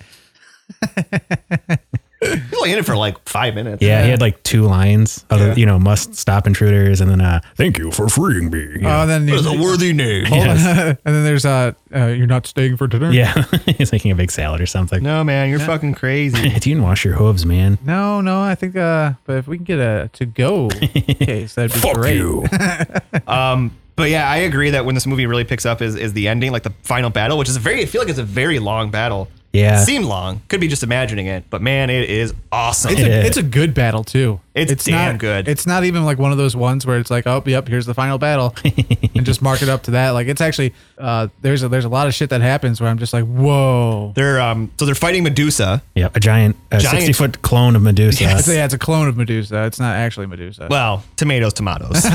S1: He's only in it for like five minutes.
S2: Yeah, he had like two lines. Other, you know, must stop intruders, and then uh, thank you for freeing me.
S3: Oh, and then
S1: It's a
S3: you,
S1: worthy name.
S3: and then there's uh, uh, you're not staying for dinner.
S2: yeah, he's making a big salad or something.
S1: No man, you're fucking crazy.
S2: If you can wash your hooves, man.
S3: No, no, I think. Uh, but if we can get a to go case, that'd be great.
S2: you.
S1: But yeah, I agree that when this movie really picks up is is the ending, like the final battle, which is a very I feel like it's a very long battle.
S2: Yeah.
S1: It seemed long. Could be just imagining it, but man, it is awesome.
S3: It's a,
S2: Yeah.
S3: it's a good battle too.
S1: It's damn
S3: not,
S1: good.
S3: It's not even like one of those ones where it's like, oh, yep, here's the final battle, and just mark it up to that. Like it's actually uh, there's a, there's a lot of shit that happens where I'm just like, whoa.
S1: they're um so they're fighting Medusa.
S2: yeah, a giant, a
S1: Giant-
S2: sixty-foot clone of Medusa.
S3: It's, yeah, it's a clone of Medusa. It's not actually Medusa.
S1: Well, tomatoes, tomatoes.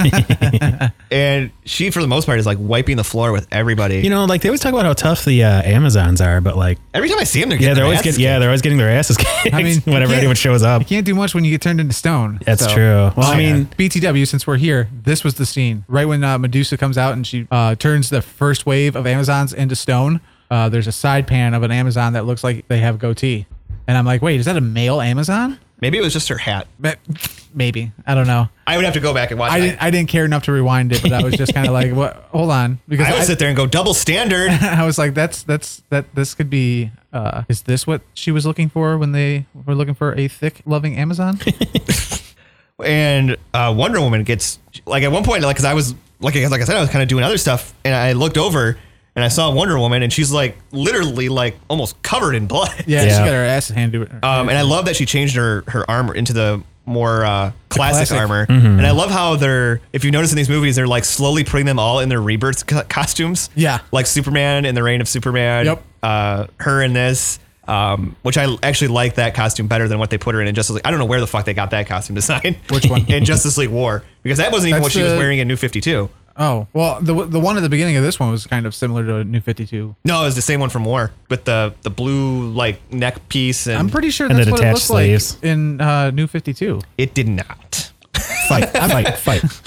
S1: and she for the most part is like wiping the floor with everybody.
S2: You know, like they always talk about how tough the uh, Amazons are, but like,
S1: Every time I see them, they're
S2: yeah,
S1: getting
S2: they're
S1: their
S2: always
S1: asses
S2: getting, yeah,
S1: kicked.
S2: they're always getting their asses kicked.
S3: I mean,
S2: whenever
S3: yeah.
S2: anyone shows up,
S3: You can't do much when you get turned into stone.
S2: That's true. Well, I
S3: yeah.
S2: mean-
S3: BTW. Since we're here, this was the scene right when uh, Medusa comes out and she uh, turns the first wave of Amazons into stone. Uh, there's a side pan of an Amazon that looks like they have goatee, and I'm like, wait, is that a male Amazon?
S1: Maybe it was just her hat.
S3: But- Maybe I don't know.
S1: I would have to go back and watch.
S3: I
S1: it.
S3: didn't. I didn't care enough to rewind it, but I was just kind of like, what? Hold on, because
S1: I would
S3: I,
S1: sit there and go double standard.
S3: I was like, that's that's that. This could be. Uh, is this what she was looking for when they were looking for a thick, loving Amazon?
S1: and uh, Wonder Woman gets like at one point, like because I was like I- like I said, I was kind of doing other stuff, and I looked over and I saw Wonder Woman, and she's like literally like almost covered in blood.
S3: Yeah, Uh, she
S2: Yeah.
S3: got her ass handed to her.
S1: Um, and I love that she changed her her armor into the more uh, classic,
S3: classic. Mm-hmm.
S1: armor. And I love how they're if you notice in these movies, they're like slowly putting them all in their rebirth co- costumes.
S3: Yeah.
S1: like Superman in the Reign of Superman.
S3: Yep.
S1: Uh, her in this. Um, which I actually like that costume better than what they put her in in Justice League. I don't know where the fuck they got that costume design.
S3: Which one?
S1: in Justice League War because that wasn't even
S3: That's
S1: what she was
S3: the-
S1: wearing in New Fifty Two.
S3: Oh well, the the one at the beginning of this one was kind of similar to New Fifty Two.
S1: No, it was the same one from War with the the blue like neck piece, and
S3: I'm pretty sure
S2: And
S3: that's
S2: the
S3: what it
S2: detached
S3: looks
S2: sleeves.
S3: like in uh, New Fifty Two.
S1: it did not.
S2: fight, fight, fight.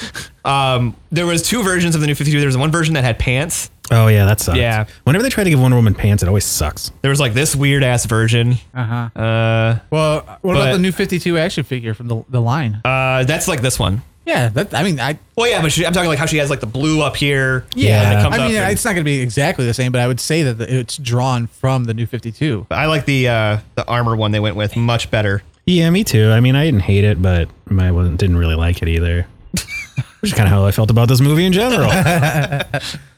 S1: Um, there was two versions of the New Fifty Two. There was one version that had pants,
S2: Oh yeah, that sucks.
S1: Yeah.
S2: Whenever they try to give Wonder Woman pants, it always sucks.
S1: There was like this weird ass version.
S3: Uh-huh.
S1: Uh,
S3: Well, what
S1: But-
S3: about the new 52 action figure from the, the line?
S1: uh, that's like this one.
S3: yeah, that I mean, I
S1: Well, yeah, but she, I'm talking like how she has like the blue up here.
S2: Yeah.
S1: and it comes
S3: I mean,
S1: up and-
S3: it's not going to be exactly the same, but I would say that the, it's drawn from the new 52.
S1: I like the uh, the armor one they went with much better.
S2: Yeah, me too. I mean, I didn't hate it, but I wasn't didn't really like it either. Which is kind of how I felt about this movie in general.
S1: I,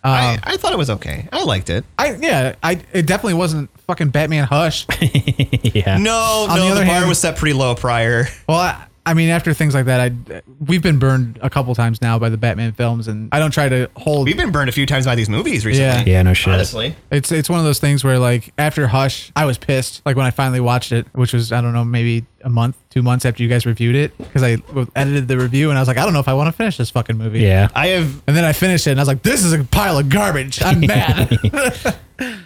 S3: Um,
S1: I thought it was okay. I liked it.
S3: I yeah, I it definitely wasn't fucking Batman Hush.
S2: yeah.
S1: No, no,
S3: On the
S1: the,
S3: other
S1: bar
S3: hand-
S1: was set pretty low prior.
S3: Well, I, I mean, after things like that, I we've been burned a couple times now by the Batman films, and I don't try to hold.
S1: We've been burned a few times by these movies recently.
S2: Yeah, no shit.
S1: honestly.
S3: It's it's one of those things where like after Hush, I was pissed. Like when I finally watched it, which was I don't know maybe a month, two months after you guys reviewed it, because I edited the review and I was like, I don't know if I want to finish this fucking movie.
S2: Yeah.
S1: I have.
S3: And then I finished it and I was like, this is a pile of garbage. I'm mad.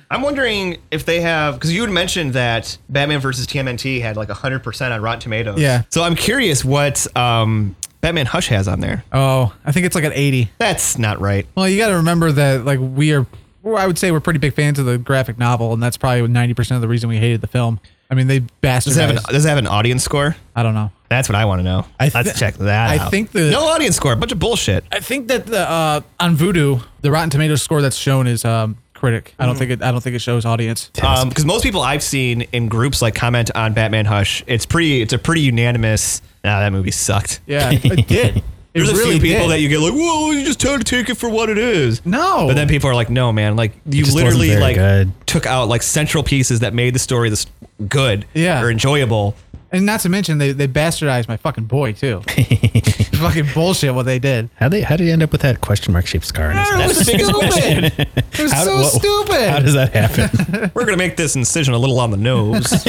S1: I'm wondering if they have because you had mentioned that Batman versus TMNT had like 100 percent on Rotten Tomatoes.
S3: Yeah.
S1: So I'm curious what um, Batman Hush has on there.
S3: oh, I think it's like an 80.
S1: That's not right.
S3: Well, you got to remember that like we are, well, I would say we're pretty big fans of the graphic novel, and that's probably ninety percent of the reason we hated the film. I mean, they
S1: Does it have an,
S3: bastardized.
S1: does it have an audience score?
S3: I don't know.
S1: That's what I want to know.
S3: I thi-
S1: Let's check that.
S3: I
S1: out.
S3: think the-
S1: no audience score, a bunch of bullshit.
S3: I think that the uh, on Voodoo, the Rotten Tomatoes score that's shown is um, critic. I don't think it. I don't think it shows audience.
S1: because Um, most people I've seen in groups like comment on Batman Hush, it's pretty, it's a pretty unanimous. Nah, that movie sucked.
S3: yeah, it did. It
S1: There's a
S3: really
S1: few people
S3: did.
S1: that you get like, whoa, you just tend to take it for what it is.
S3: No.
S1: but then people are like, no, man, like you
S2: just wasn't
S1: literally
S2: very
S1: like
S2: good.
S1: took out like central pieces that made the story this good,
S3: Yeah.
S1: or enjoyable.
S3: and not to mention they, they bastardized my fucking boy too. fucking bullshit what they did.
S2: How they how did he end up with that question mark shaped scar? On his
S3: It was stupid. It was so
S2: what-
S3: stupid.
S2: How does that happen?
S1: We're gonna make this incision a little on the nose,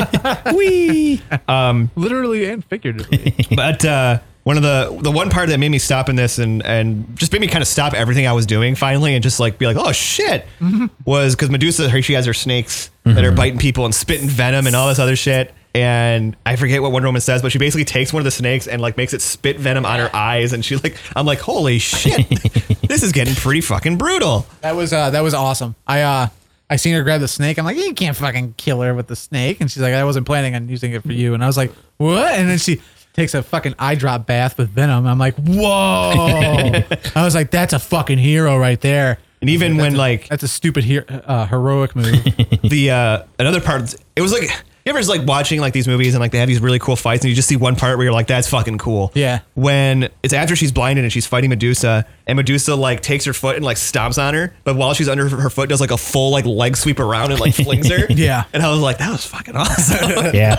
S2: Wee.
S3: Literally and figuratively.
S1: but. uh one of the the one part that made me stop in this and and just made me kind of stop everything I was doing finally and just like be like oh shit was because Medusa her, she has her snakes that are biting people and spitting venom and all this other shit and I forget what Wonder Woman says but she basically takes one of the snakes and like makes it spit venom on her eyes and she like I'm like holy shit this is getting pretty fucking brutal
S3: That was uh, that was awesome. I uh, I seen her grab the snake. I'm like, you can't fucking kill her with the snake. And she's like, I wasn't planning on using it for you. And I was like, what? And then she takes a fucking eye drop bath with venom. I'm like, whoa. I was like, that's a fucking hero right there.
S1: and even when like
S3: That's a stupid hero uh, heroic move.
S1: the uh another part it was like you ever just like watching like these movies and like they have these really cool fights and you just see one part where you're like that's fucking cool
S3: Yeah.
S1: when it's after she's blinded and she's fighting medusa and medusa like takes her foot and like stomps on her but while she's under her foot does like a full like leg sweep around and like flings her
S3: Yeah.
S1: and i was like that was fucking awesome
S2: Yeah.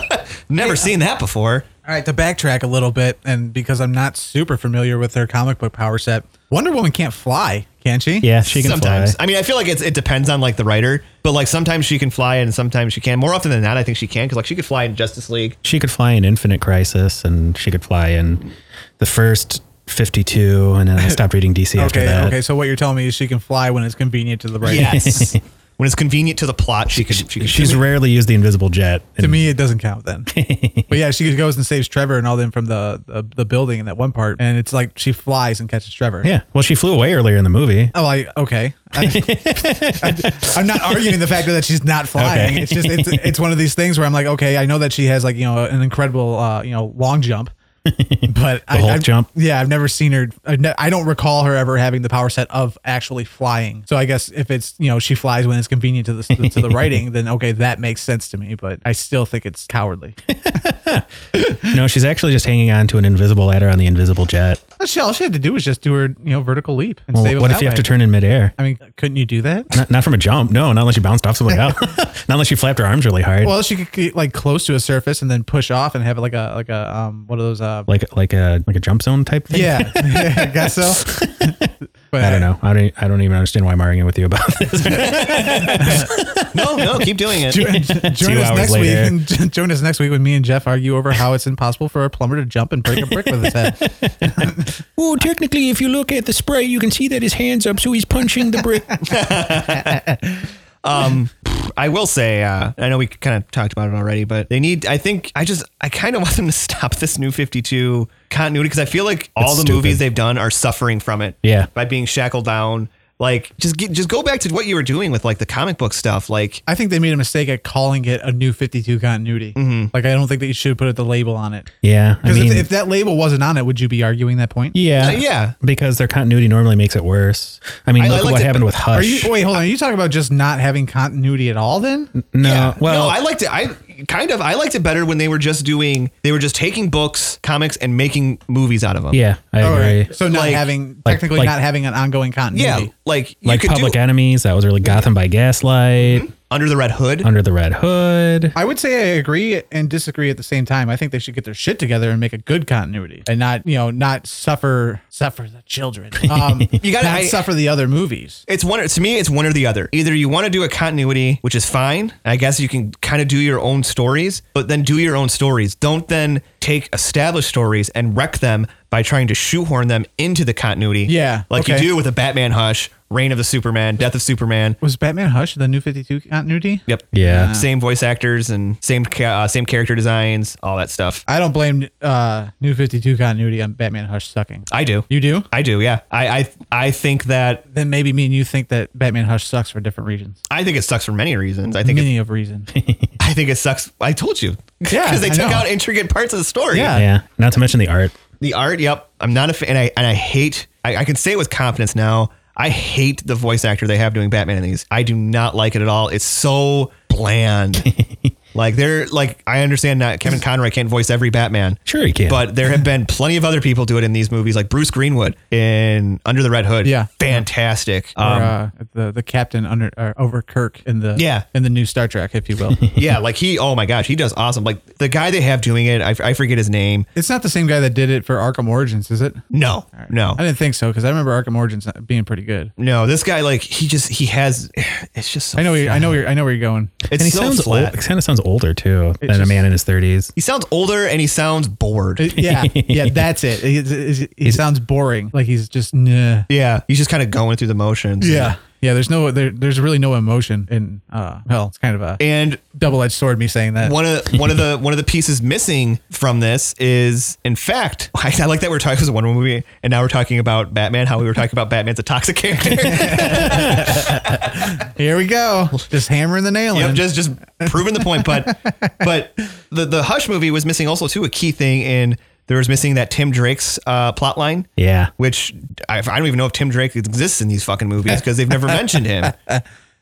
S1: never seen that before
S3: All right, to backtrack a little bit, and because I'm not super familiar with her comic book power set, Wonder Woman can't fly, can she?
S2: Yeah, she can
S1: sometimes
S2: fly.
S1: i mean i feel like it's, it depends on like the writer but like sometimes she can fly and sometimes she can more often than not i think she can because like she could fly in justice league
S2: She could fly in Infinite Crisis and she could fly in the first 52 and then I stopped reading DC after
S3: Okay,
S2: that.
S3: okay. So what you're telling me is she can fly when it's convenient to the right.
S1: yes when it's convenient to the plot she could she could
S2: She's rarely used the invisible jet.
S3: to
S2: And-
S3: me it doesn't count then but yeah she goes and saves trevor and all them from the, the the building in that one part and it's like she flies and catches trevor
S2: yeah. Well, she flew away earlier in the movie.
S3: oh like okay I, am not arguing the fact that she's not flying
S2: Okay.
S3: it's just it's, it's one of these things where i'm like okay i know that she has like you know an incredible uh you know long jump but I,
S2: Hulk
S3: I've-
S2: jump.
S3: yeah i've never seen her I've ne- i don't recall her ever having the power set of actually flying so i guess if it's you know she flies when it's convenient to the to the writing then okay that makes sense to me but i still think it's cowardly
S2: No, she's actually just hanging on to an invisible ladder on the invisible jet.
S3: She, all she had to do was just do her, you know, vertical leap and
S2: Well,
S3: save us
S2: what if
S3: that
S2: you have to
S3: way.
S2: turn in midair?
S3: I mean, couldn't you do that?
S2: Not, not from a jump. No, not unless you bounced off something up. not unless you flapped her arms really hard.
S3: Well, she could get like close to a surface and then push off and have like a like a um one of those uh
S2: like like a like a jump zone type thing.
S3: yeah I guess so. But
S2: I don't know. I don't. I don't even understand why I'm arguing with you about this.
S1: no no keep doing it
S3: Join, join
S2: Two
S3: us
S2: hours
S3: next
S2: later.
S3: week. And join us next week when me and Jeff argue over how it's impossible for a plumber to jump and break a brick with his head.
S2: well, technically, if you look at the spray, you can see that his hands up, so he's punching the brick.
S1: Um, I will say, uh, I know we kind of talked about it already, but they need. I think I just I kind of want them to stop this new Fifty Two continuity because I feel like all
S2: It's
S1: the
S2: stupid.
S1: movies they've done are suffering from it.
S2: Yeah.
S1: by being shackled down. Like just get, just go back to what you were doing with like the comic book stuff. Like
S3: I think they made a mistake at calling it a new 52 continuity. Like, I don't think that you should put the label on it.
S2: Yeah, Mm-hmm. I
S3: Because
S2: mean,
S3: if, if Uh, that label wasn't on it, would you be arguing that point?
S2: yeah,
S1: yeah.
S2: because their continuity normally makes it worse. I mean,
S1: I- I
S2: look at
S1: liked
S2: what
S1: it,
S2: happened with
S3: Are
S2: Hush.
S3: you wait? Hold on. Are you talking about just not having continuity at all? Then
S2: no,
S1: Yeah. no,
S2: well,
S1: I liked it. I kind of I liked it better when they were just doing they were just taking books, comics, and making movies out of them.
S2: yeah, I agree.
S3: So not
S1: Like-
S3: having
S2: like-
S3: technically
S2: like-
S3: not having an ongoing continuity.
S1: yeah. Like you
S2: Like
S1: could
S2: Public
S1: do
S2: Enemies, that was really Gotham by Gaslight,
S3: Mm-hmm.
S1: under the red hood.
S2: Under the Red Hood.
S3: I would say I agree and disagree at the same time. I think they should get their shit together and make a good continuity and not you know not suffer suffer the children. Um, you
S1: gotta-
S3: gotta not
S1: I-
S3: suffer the other movies.
S1: It's one to me. It's one or the other. Either you want to do a continuity, which is fine. and I guess you can kind of do your own stories, but then do your own stories. Don't then take established stories and wreck them by trying to shoehorn them into the continuity.
S3: Yeah,
S1: like
S3: okay.
S1: you do with a Batman Hush, Reign of the Superman, Death of Superman.
S3: Was Batman Hush the new Fifty Two continuity?
S1: Yep.
S2: Yeah.
S1: Same voice actors and same ca- uh, same character designs, all that stuff.
S3: I don't blame uh, New Fifty Two continuity on Batman Hush sucking.
S1: I do.
S3: You do?
S1: I do. Yeah. I I I think that
S3: Then maybe me and you think that Batman Hush sucks for different reasons.
S1: I think it sucks for many reasons. I think it,
S3: Many of reason.
S1: I think it sucks. I told you.
S3: Yeah,
S1: Because they
S3: I
S1: took
S3: know.
S1: out intricate parts of the story.
S3: Yeah.
S2: Yeah, not to mention the art.
S1: The art, yep. I'm not a fan. And I, and I hate, I, I can say it with confidence now. I hate the voice actor they have doing Batman in these. I do not like it at all. It's so bland. like, they're like, I understand that Kevin Conroy can't voice every Batman.
S2: Sure, he can.
S1: But there have been plenty of other people do it in these movies, like Bruce Greenwood in Under the Red Hood.
S3: Yeah.
S1: Fantastic.
S3: or,
S1: Um,
S3: uh, the the captain under or over Kirk in the
S1: Yeah.
S3: in the new Star Trek, if you will.
S1: yeah. Like, he, oh my gosh, he does awesome. Like, the guy they have doing it, I, I forget his name.
S3: it's not the same guy that did it for Arkham Origins, is it?
S1: No, no.
S3: I didn't think so because I remember Arkham Origins uh, being pretty good.
S1: No, this guy like he just he has it's just so
S3: I know, where you- I know, where, you- I know where you're going.
S1: it's
S2: and he
S1: so
S2: sounds
S1: flat.
S2: old. It kind of sounds older too than a
S3: just-
S2: man in his thirties.
S1: He sounds older and he sounds bored.
S3: Uh, yeah, yeah, that's it. He, he, he sounds boring, like he's just nah.
S1: yeah, he's just kind of going through the motions.
S3: yeah. There's no, there, there's really no emotion in. Uh, hell, it's kind of a
S1: And
S3: double edged sword. Me saying that.
S1: one of one of the one of the pieces missing from this is, in fact, I, I like that we're talking it was a Wonder Woman movie, and now we're talking about Batman. How we were talking about Batman's a toxic character.
S3: Here we go, just hammering the nail
S1: yep,
S3: in.
S1: just just proving the point. But but the the Hush movie was missing also too a key thing in there was missing that Tim Drake's uh, plot line.
S2: Yeah,
S1: which I, I don't even know if Tim Drake exists in these fucking movies because they've never mentioned him.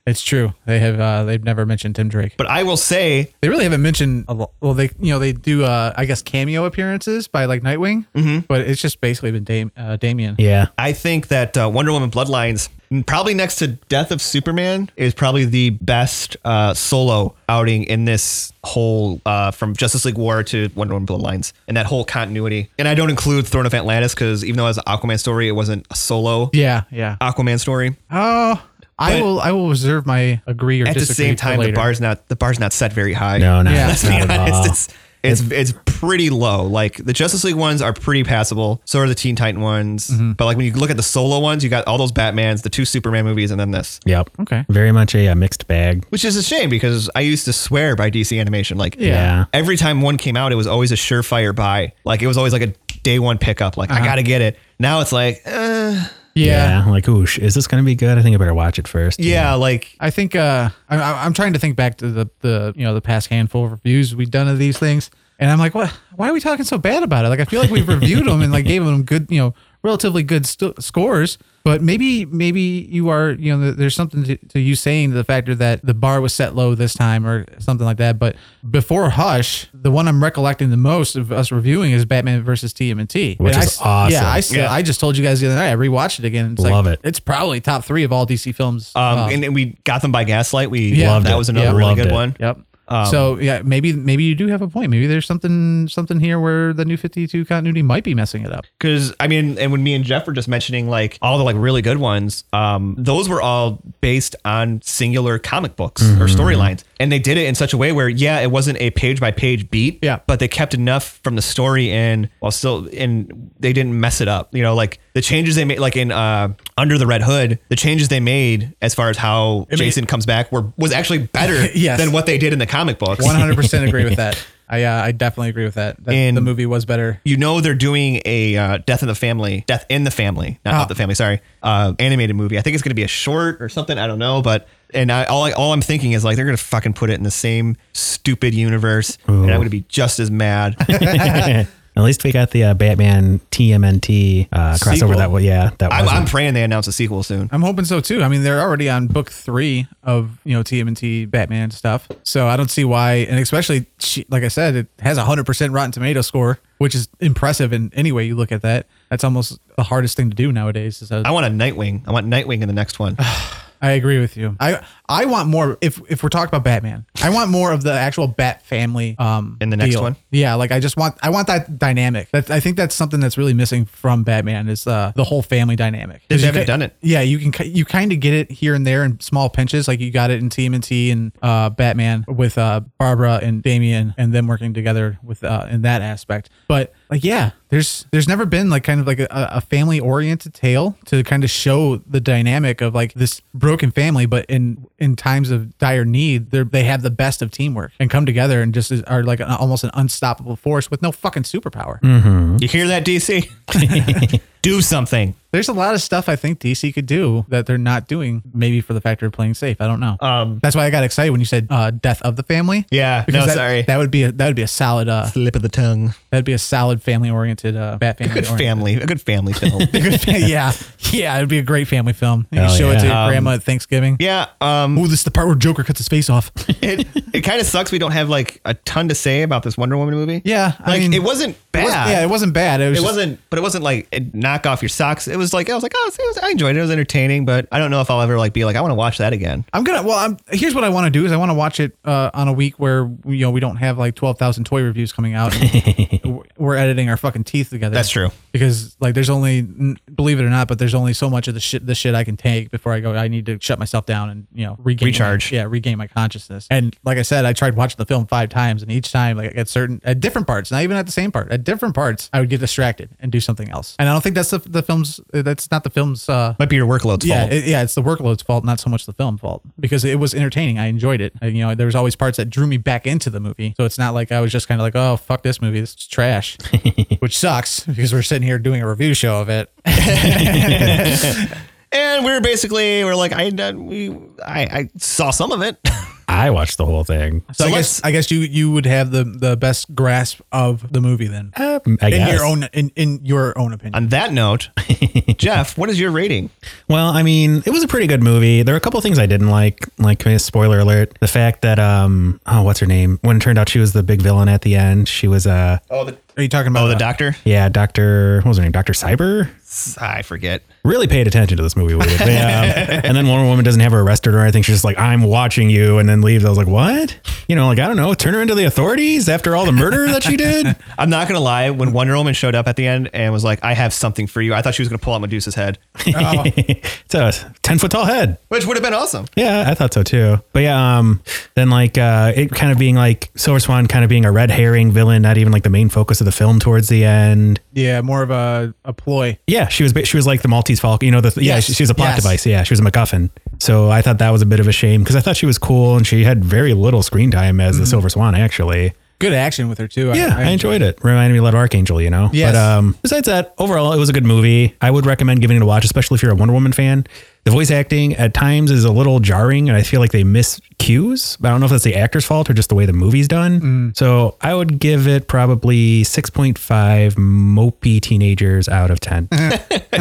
S3: it's true. They have, uh, they've never mentioned Tim Drake.
S1: But I will say,
S3: They really haven't mentioned a lot. Well, they you know they do uh I guess cameo appearances by like Nightwing,
S1: Mm-hmm.
S3: but it's just basically been Dam- uh, Damien.
S2: yeah.
S1: I think that uh, Wonder Woman Bloodlines, probably next to Death of Superman, is probably the best uh, solo outing in this whole uh, from Justice League War to Wonder Woman Bloodlines and that whole continuity. And I don't include Throne of Atlantis because even though it was an Aquaman story, it wasn't a solo
S3: Yeah, yeah.
S1: Aquaman story.
S3: Oh, I
S1: Uh, But-
S3: will I will reserve my agree or
S1: At the
S3: disagree
S1: same time,
S3: for
S1: the
S3: later.
S1: bar's not the bar's not set very high.
S2: No, no,
S3: Yeah.
S2: yeah,
S1: Let's be
S2: not at all.
S1: honest. It's, it's it's pretty low. Like the Justice League ones are pretty passable. So are the Teen Titan ones.
S2: Mm-hmm.
S1: But like when you look at the solo ones, you got all those Batmans, the two Superman movies, and then this,
S2: Yep.
S3: Okay.
S2: Very much a, uh mixed bag.
S1: which is a shame because I used to swear by DC animation. Like
S2: Yeah.
S1: every time one came out, it was always a surefire buy. Like it was always like a day one pickup.
S2: Uh-huh.
S1: Like I gotta get it. Now it's like, uh,
S3: Yeah.
S2: Yeah. Like, oosh, is this going to be good? I think I better watch it first.
S1: yeah, like
S3: I think uh I, I- I'm trying to think back to the the you know the past handful of reviews we've done of these things, and I'm like, what? Why are we talking so bad about it? Like I feel like we've reviewed them and like gave them good you know relatively good st- scores. But maybe maybe you are you know there's something to, to you saying the factor that the bar was set low this time or something like that. But before Hush, the one I'm recollecting the most of us reviewing is Batman versus TMNT,
S2: Which
S3: And I
S2: is
S3: s-
S2: awesome.
S3: Yeah, I still,
S1: Yeah.
S3: I just told you guys the other night I rewatched it again. It's
S2: Love
S3: like,
S2: it.
S3: It's probably top three of all DC films.
S1: um,
S3: uh,
S1: and, and we got them by Gaslight. We
S3: Yeah.
S1: loved
S3: Loved
S1: that
S2: it.
S1: was another
S2: Yeah.
S1: really
S2: Loved
S1: good
S2: it.
S1: one.
S3: Yep. so yeah, maybe maybe you do have a point. Maybe there's something something here where the new 52 continuity might be messing it up.
S1: Cause I mean, and when me and Jeff were just mentioning like all the like really good ones, um, those were all based on singular comic books or
S3: Mm-hmm.
S1: storylines. And they did it in such a way where, yeah, it wasn't a page by page beat.
S3: Yeah.
S1: But they kept enough from the story in while still and they didn't mess it up. You know, like the changes they made like in uh Under the Red Hood, the changes they made as far as how Jason comes back were was actually better
S3: Yes.
S1: than what they did in the comic books.
S3: 100% agree with that. I uh, I definitely agree with that. that
S1: And-
S3: the movie was better.
S1: you know they're doing a uh, Death in the Family, Death in the Family, not, not the family. Sorry, uh, animated movie. I think it's going to be a short or something. I don't know, but and I, all I, all I'm thinking is like they're going to fucking put it in the same stupid universe, and I'm going to be just as mad.
S2: At least we got the uh, Batman TMNT uh, crossover.
S1: Sequel.
S2: That was yeah, that
S1: I'm,
S2: was.
S1: I'm praying they announce a sequel soon.
S3: I'm hoping so too. I mean, they're already on book three of you know TMNT Batman stuff, so I don't see why. And especially, she, like I said, it has a hundred percent Rotten Tomato score, which is impressive in any way you look at that. That's almost the hardest thing to do nowadays. Is uh, a-
S1: I want a Nightwing. I want Nightwing in the next one.
S3: I agree with you. I I want more. If if we're talking about Batman, I want more of the actual Bat family. Um,
S1: In the next one?
S3: yeah. Like I just want I want that dynamic. That I think that's something that's really missing from Batman is uh, the whole family dynamic.
S1: They
S3: 'Cause you
S1: haven't
S3: ca-
S1: done it.
S3: Yeah, you can ki- you kind of get it here and there in small pinches. Like you got it in TMNT and uh, Batman with uh, Barbara and Damian, and them working together with uh, in that aspect. But like, yeah, there's there's never been like kind of like a, a family oriented tale to kind of show the dynamic of like this broken family, but in in times of dire need, they they have the best of teamwork and come together and just is- are like an, almost an unstoppable force with no fucking superpower.
S1: You hear that, DC? Do something.
S3: There's a lot of stuff I think DC could do that they're not doing, maybe for the factor of playing safe. I don't know. Um, That's why I got excited when you said uh, "Death of the Family."
S1: Yeah, no,
S3: that,
S1: sorry.
S3: That would be a, that would be a solid uh,
S1: Slip of the tongue.
S3: that'd be a solid family oriented uh, Bat family.
S1: Good family. A good family film.
S3: yeah, yeah, it'd be a great family film. You can
S2: Hell
S3: show it to
S2: yeah.
S3: your grandma at Thanksgiving.
S1: yeah. Um.
S3: Oh, this is the part where Joker cuts his face off.
S1: It it kind of sucks. We don't have like a ton to say about this Wonder Woman movie.
S3: Yeah, I
S1: Like
S3: mean-
S1: it wasn't bad.
S3: It wasn't- yeah, it wasn't bad. It was.
S1: It
S3: just-
S1: wasn't, but it wasn't like it knock off your socks. It was like I was like, oh, it was, I enjoyed it. It was entertaining, but I don't know if I'll ever like be like, I want to watch that again.
S3: I'm gonna. Well, I'm. Here's what I want to do is I want to watch it uh, on a week where you know we don't have like twelve thousand toy reviews coming out. And we're editing our fucking teeth together.
S1: That's true.
S3: Because like, there's only n- believe it or not, but there's only so much of the shit this shit I can take before I go. I need to shut myself down and you know regain my-
S1: Recharge.
S3: yeah, regain my consciousness. And like I said, I tried watching the film five times, and each time like at certain at different parts, not even at the same part, at different parts, I would get distracted and do something else. And I don't think that's the, the film's. That's not the film's. uh
S1: Might be your workload's
S3: yeah,
S1: fault.
S3: it- yeah, it's the workload's fault, not so much the film fault, because it was entertaining. I enjoyed it. And, you know, there was always parts that drew me back into the movie. So it's not like I was just kind of like, oh fuck this movie, this is trash, which sucks because we're sitting here doing a review show of it.
S1: and we were basically we are like, I uh, we I, I saw some of it.
S2: I watched the whole thing.
S3: So,
S1: So
S3: I
S1: let's-
S3: guess I guess you you would have the the best grasp of the movie then.
S2: Uh, I
S3: in
S2: guess.
S3: your own in, in your own opinion.
S1: On that note, Jeff, what is your rating?
S2: Well, I mean, it was a pretty good movie. There were a couple things I didn't like, like uh, spoiler alert, the fact that um, oh, what's her name? When it turned out she was the big villain at the end, she was uh,
S1: Oh, the
S3: Are you talking about
S1: oh the
S3: uh,
S1: doctor.
S2: yeah, Doctor, what was her name? Doctor Cyber.
S1: I forget.
S2: Really paid attention to this movie. Weird. They, um, and then Wonder Woman doesn't have her arrested or anything. She's just like, "I'm watching you," and then leaves. I was like, "What?" You know, like I don't know. Turn her into the authorities after all the murder that she did.
S1: I'm not gonna lie. When Wonder Woman showed up at the end and was like, "I have something for you," I thought she was gonna pull out Medusa's head,
S2: it's a ten foot tall head.
S1: which would have been awesome.
S2: Yeah, I thought so too. But yeah, um, then like uh, it kind of being like Silver Swan kind of being a red herring villain, not even like the main focus of the film towards the end.
S3: Yeah, more of a, a ploy.
S2: Yeah, she was ba- she was like the Maltese Falcon, you know. The yeah,
S3: Yes,
S2: she, she was a plot
S3: yes.
S2: device. Yeah, she was a MacGuffin. So I thought that was a bit of a shame because I thought she was cool and she had very little screen time as
S3: Mm-hmm.
S2: the Silver Swan actually.
S3: Good action with her too.
S2: Yeah, I, enjoyed it. Reminded me a lot of Archangel, you know.
S3: Yes.
S2: But um, besides that, overall, it was a good movie. I would recommend giving it a watch, especially if you're a Wonder Woman fan. The voice acting at times is a little jarring, and I feel like they miss cues. I don't know if that's the actor's fault or just the way the movie's done.
S3: Mm.
S2: So I would give it probably 6.5 mopey teenagers out of 10.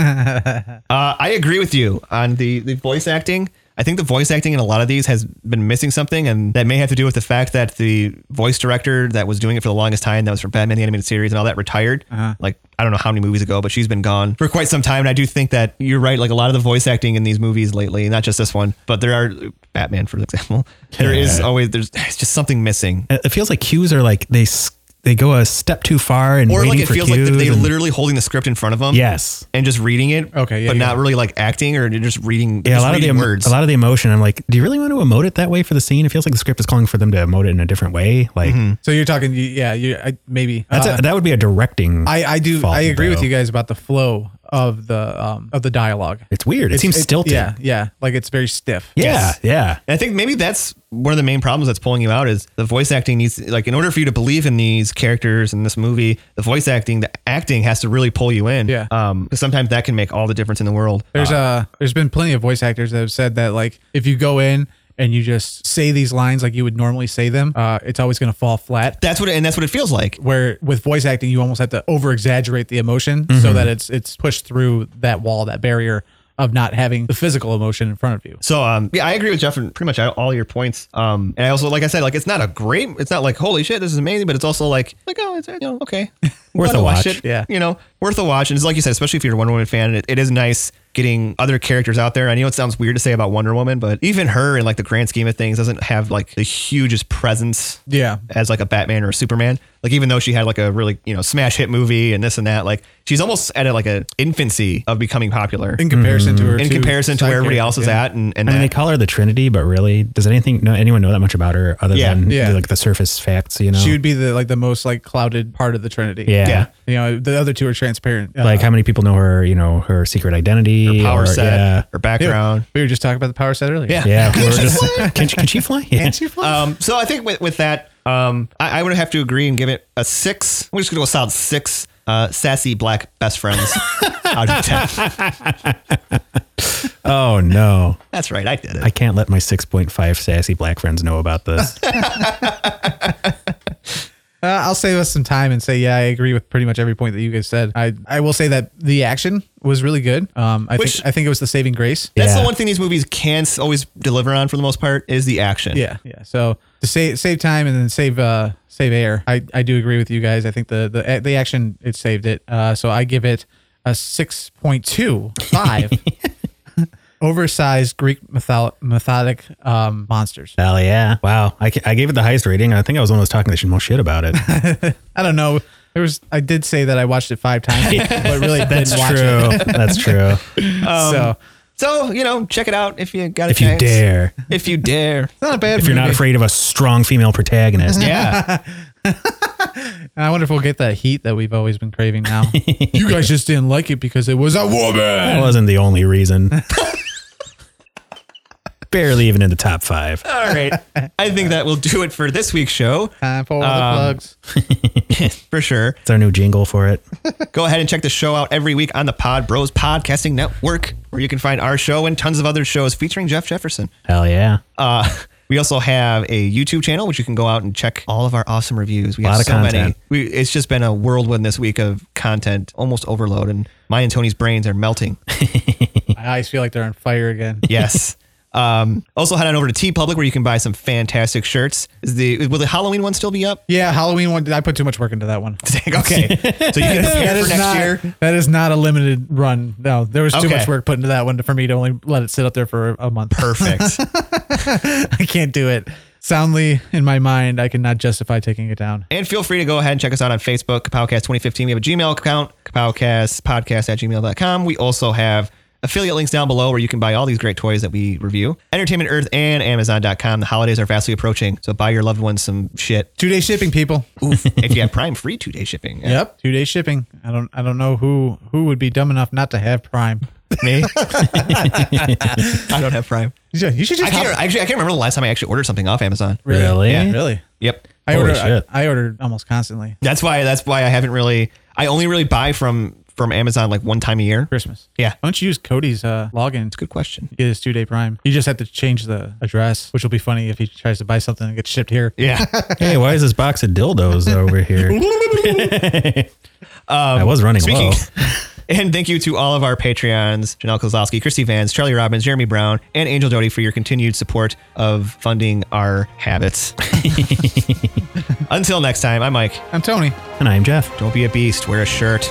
S1: Uh, I agree with you on the, the voice acting. I think the voice acting in a lot of these has been missing something, and that may have to do with the fact that the voice director that was doing it for the longest time, that was for Batman the Animated Series and all that, retired.
S2: Uh-huh.
S1: Like, I don't know how many movies ago, but she's been gone for quite some time. And I do think that you're right. Like, a lot of the voice acting in these movies lately, not just this one, but there are Batman, for example, there is
S2: Yeah.
S1: always, there's it's just something missing.
S2: it feels like cues are like they s- they go a step too far and
S1: Or,
S2: waiting
S1: like, it
S2: for
S1: feels like
S2: cues.
S1: they're
S2: and-
S1: literally holding the script in front of them.
S2: yes.
S1: And just reading it,
S3: Okay, yeah,
S1: but
S3: yeah.
S1: not really like acting or just reading.
S2: Yeah,
S1: just
S2: a lot of the
S1: reading
S2: em-
S1: words.
S2: a lot of the emotion. I'm like, do you really want to emote it that way for the scene? It feels like the script is calling for them to emote it in a different way. Like
S1: Mm-hmm.
S3: So you're talking. Yeah, you I, maybe
S2: that's
S3: Uh,
S2: a, that would be a directing.
S3: I, I do.
S2: fault,
S3: I agree with
S2: though.
S3: you guys about the flow of of the um of the dialogue.
S2: It's weird. It seems
S3: It-
S2: stilted.
S3: Yeah, yeah. Like it's very stiff.
S2: Yeah,
S1: Yes.
S2: yeah.
S1: And I think maybe that's one of the main problems that's pulling you out is the voice acting needs like in order for you to believe in these characters in this movie, the voice acting, the acting has to really pull you in.
S3: Yeah.
S1: Um, 'cause sometimes that can make all the difference in the world.
S3: There's uh, there's been plenty of voice actors that have said that like if you go in and you just say these lines like you would normally say them, uh, it's always gonna fall flat.
S1: That's what it, and that's what it feels like.
S3: Where with voice acting, you almost have to over exaggerate the emotion so
S2: Mm-hmm.
S3: that it's it's pushed through that wall, that barrier of not having the physical emotion in front of you.
S1: So um, yeah, I agree with Jeff on pretty much all your points. Um, and I also like I said, like it's not a great, it's not like holy shit, this is amazing, but it's also like like oh, it's you know okay,
S2: Worth
S1: Fun
S2: a
S1: to
S2: watch.
S3: Yeah.
S1: you know, worth a watch. And it's like you said, especially if you're a Wonder Woman fan, it, it is nice getting other characters out there. I know it sounds weird to say about Wonder Woman, but even her in like the grand scheme of things doesn't have like the hugest presence
S3: Yeah.
S1: as like a Batman or a Superman. Like even though she had like a really you know smash hit movie and this and that, like she's almost at a, like a infancy of becoming popular.
S3: In comparison
S2: Mm-hmm.
S3: to her,
S1: in
S3: two
S1: comparison to
S3: side
S1: where everybody else
S3: characters,
S1: is
S3: yeah.
S1: at, and, and
S2: I mean, they
S1: that.
S2: call her the Trinity, but really, does anything no, anyone know that much about her other
S1: Yeah,
S2: than
S3: yeah.
S2: like the surface facts? You know,
S3: she would be the like the most like clouded part of the Trinity.
S2: Oh. yeah.
S1: yeah.
S3: you know the other two are transparent.
S2: Like how many people know her? You know, her secret identity,
S1: uh, power
S2: or-
S1: set,
S2: Yeah,
S1: her background.
S3: we were just talking about the power set earlier.
S1: Yeah.
S2: yeah. we were just, can, she, can she fly? Yeah.
S1: Um, so I think with, with that, um, I, I would have to agree and give it a six. We're just gonna go a solid six. Uh, sassy black best friends out of ten.
S2: Oh no,
S1: That's right, I did it.
S2: I can't let my six point five sassy black friends know about this.
S3: Uh, I'll save us some time and say, yeah, I agree with pretty much every point that you guys said. I, I will say that the action was really good. Um, I
S1: Which-
S3: think I think it was the saving grace.
S1: That's
S2: Yeah.
S1: the one thing these movies can s- always deliver on for the most part is the action.
S3: Yeah, yeah. So to save save time and then save uh save air, I, I do agree with you guys. I think the the the action it saved it. Uh, so I give it a six point two five. Oversized Greek mytholo- mythic um, monsters.
S2: Hell yeah! Wow, I, ca- I gave it the highest rating. I think I was almost talking the most shit about it.
S3: I don't know. There was I did say that I watched it five times, but really
S2: That's
S3: didn't watch it.
S2: true. Um, That's true.
S3: so
S1: So you know, check it out if you got a
S2: If you
S1: chance.
S2: dare,
S1: If you dare.
S3: not a bad.
S2: if you're not afraid of a strong female protagonist,
S1: Yeah.
S3: And I wonder if we'll get that heat that we've always been craving now. you guys just didn't like it because it was a woman.
S2: that wasn't the only reason. Barely even in the top five.
S1: All right. I think that will do it for this week's show
S3: Time for all the plugs.
S1: for sure.
S2: It's our new jingle for it.
S1: Go ahead and check the show out every week on the Pod Bros Podcasting Network, where you can find our show and tons of other shows featuring Jeff Jefferson.
S2: Hell yeah.
S1: Uh, we also have a YouTube channel, which you can go out and check all of our awesome reviews. We
S2: Lot
S1: have
S2: of
S1: so many.
S2: content.
S1: We, it's just been a whirlwind this week of content, almost overload, and my and Tony's brains are melting.
S3: I always feel like they're on fire again.
S1: Yes. um, also, head on over to T Public, where you can buy some fantastic shirts. Is the will the Halloween one still be up?
S3: Yeah, Halloween one. I put too much work into that one.
S1: okay, so you can prepare for next
S3: not,
S1: year.
S3: that is not a limited run. No, there was too
S1: Okay.
S3: much work put into that one for me to only let it sit up there for a month.
S1: Perfect.
S3: I can't do it. Soundly in my mind, I cannot justify taking it down.
S1: And feel free to go ahead and check us out on Facebook, Kapowcast 2015. We have a Gmail account, kapowcastpodcast at gmail.com. We also have affiliate links down below where you can buy all these great toys that we review. Entertainment Earth and Amazon.com. The holidays are fastly approaching, so buy your loved ones some shit.
S3: Two day shipping, people.
S1: Oof. if you have Prime, free two day shipping.
S3: Yep, two day shipping. I don't. I don't know who who would be dumb enough not to have Prime.
S1: Me? I don't have Prime.
S3: You should you should
S1: I
S3: just
S1: can't,
S3: hop-
S1: actually, I can't remember the last time I actually ordered something off Amazon.
S2: Really?
S3: Yeah, really.
S1: Yep.
S3: I
S2: Holy
S3: order.
S2: shit.
S3: I, I order almost constantly.
S1: That's why that's why I haven't really I only really buy from from Amazon like one time a year.
S3: Christmas.
S1: Yeah.
S3: Why don't you use Cody's uh, login to
S1: Good question.
S3: get his two day prime? You just have to change the address, which will be funny if he tries to buy something and gets shipped here.
S1: Yeah.
S2: Hey, why is this box of dildos over here? I was running
S1: Speaking.
S2: low.
S1: And thank you to all of our Patreons, Janelle Kozlowski, Christy Vans, Charlie Robbins, Jeremy Brown, and Angel Doty for your continued support of funding our habits. Until next time, I'm Mike.
S3: I'm Tony.
S2: And I'm Jeff.
S1: Don't be a beast, wear a shirt.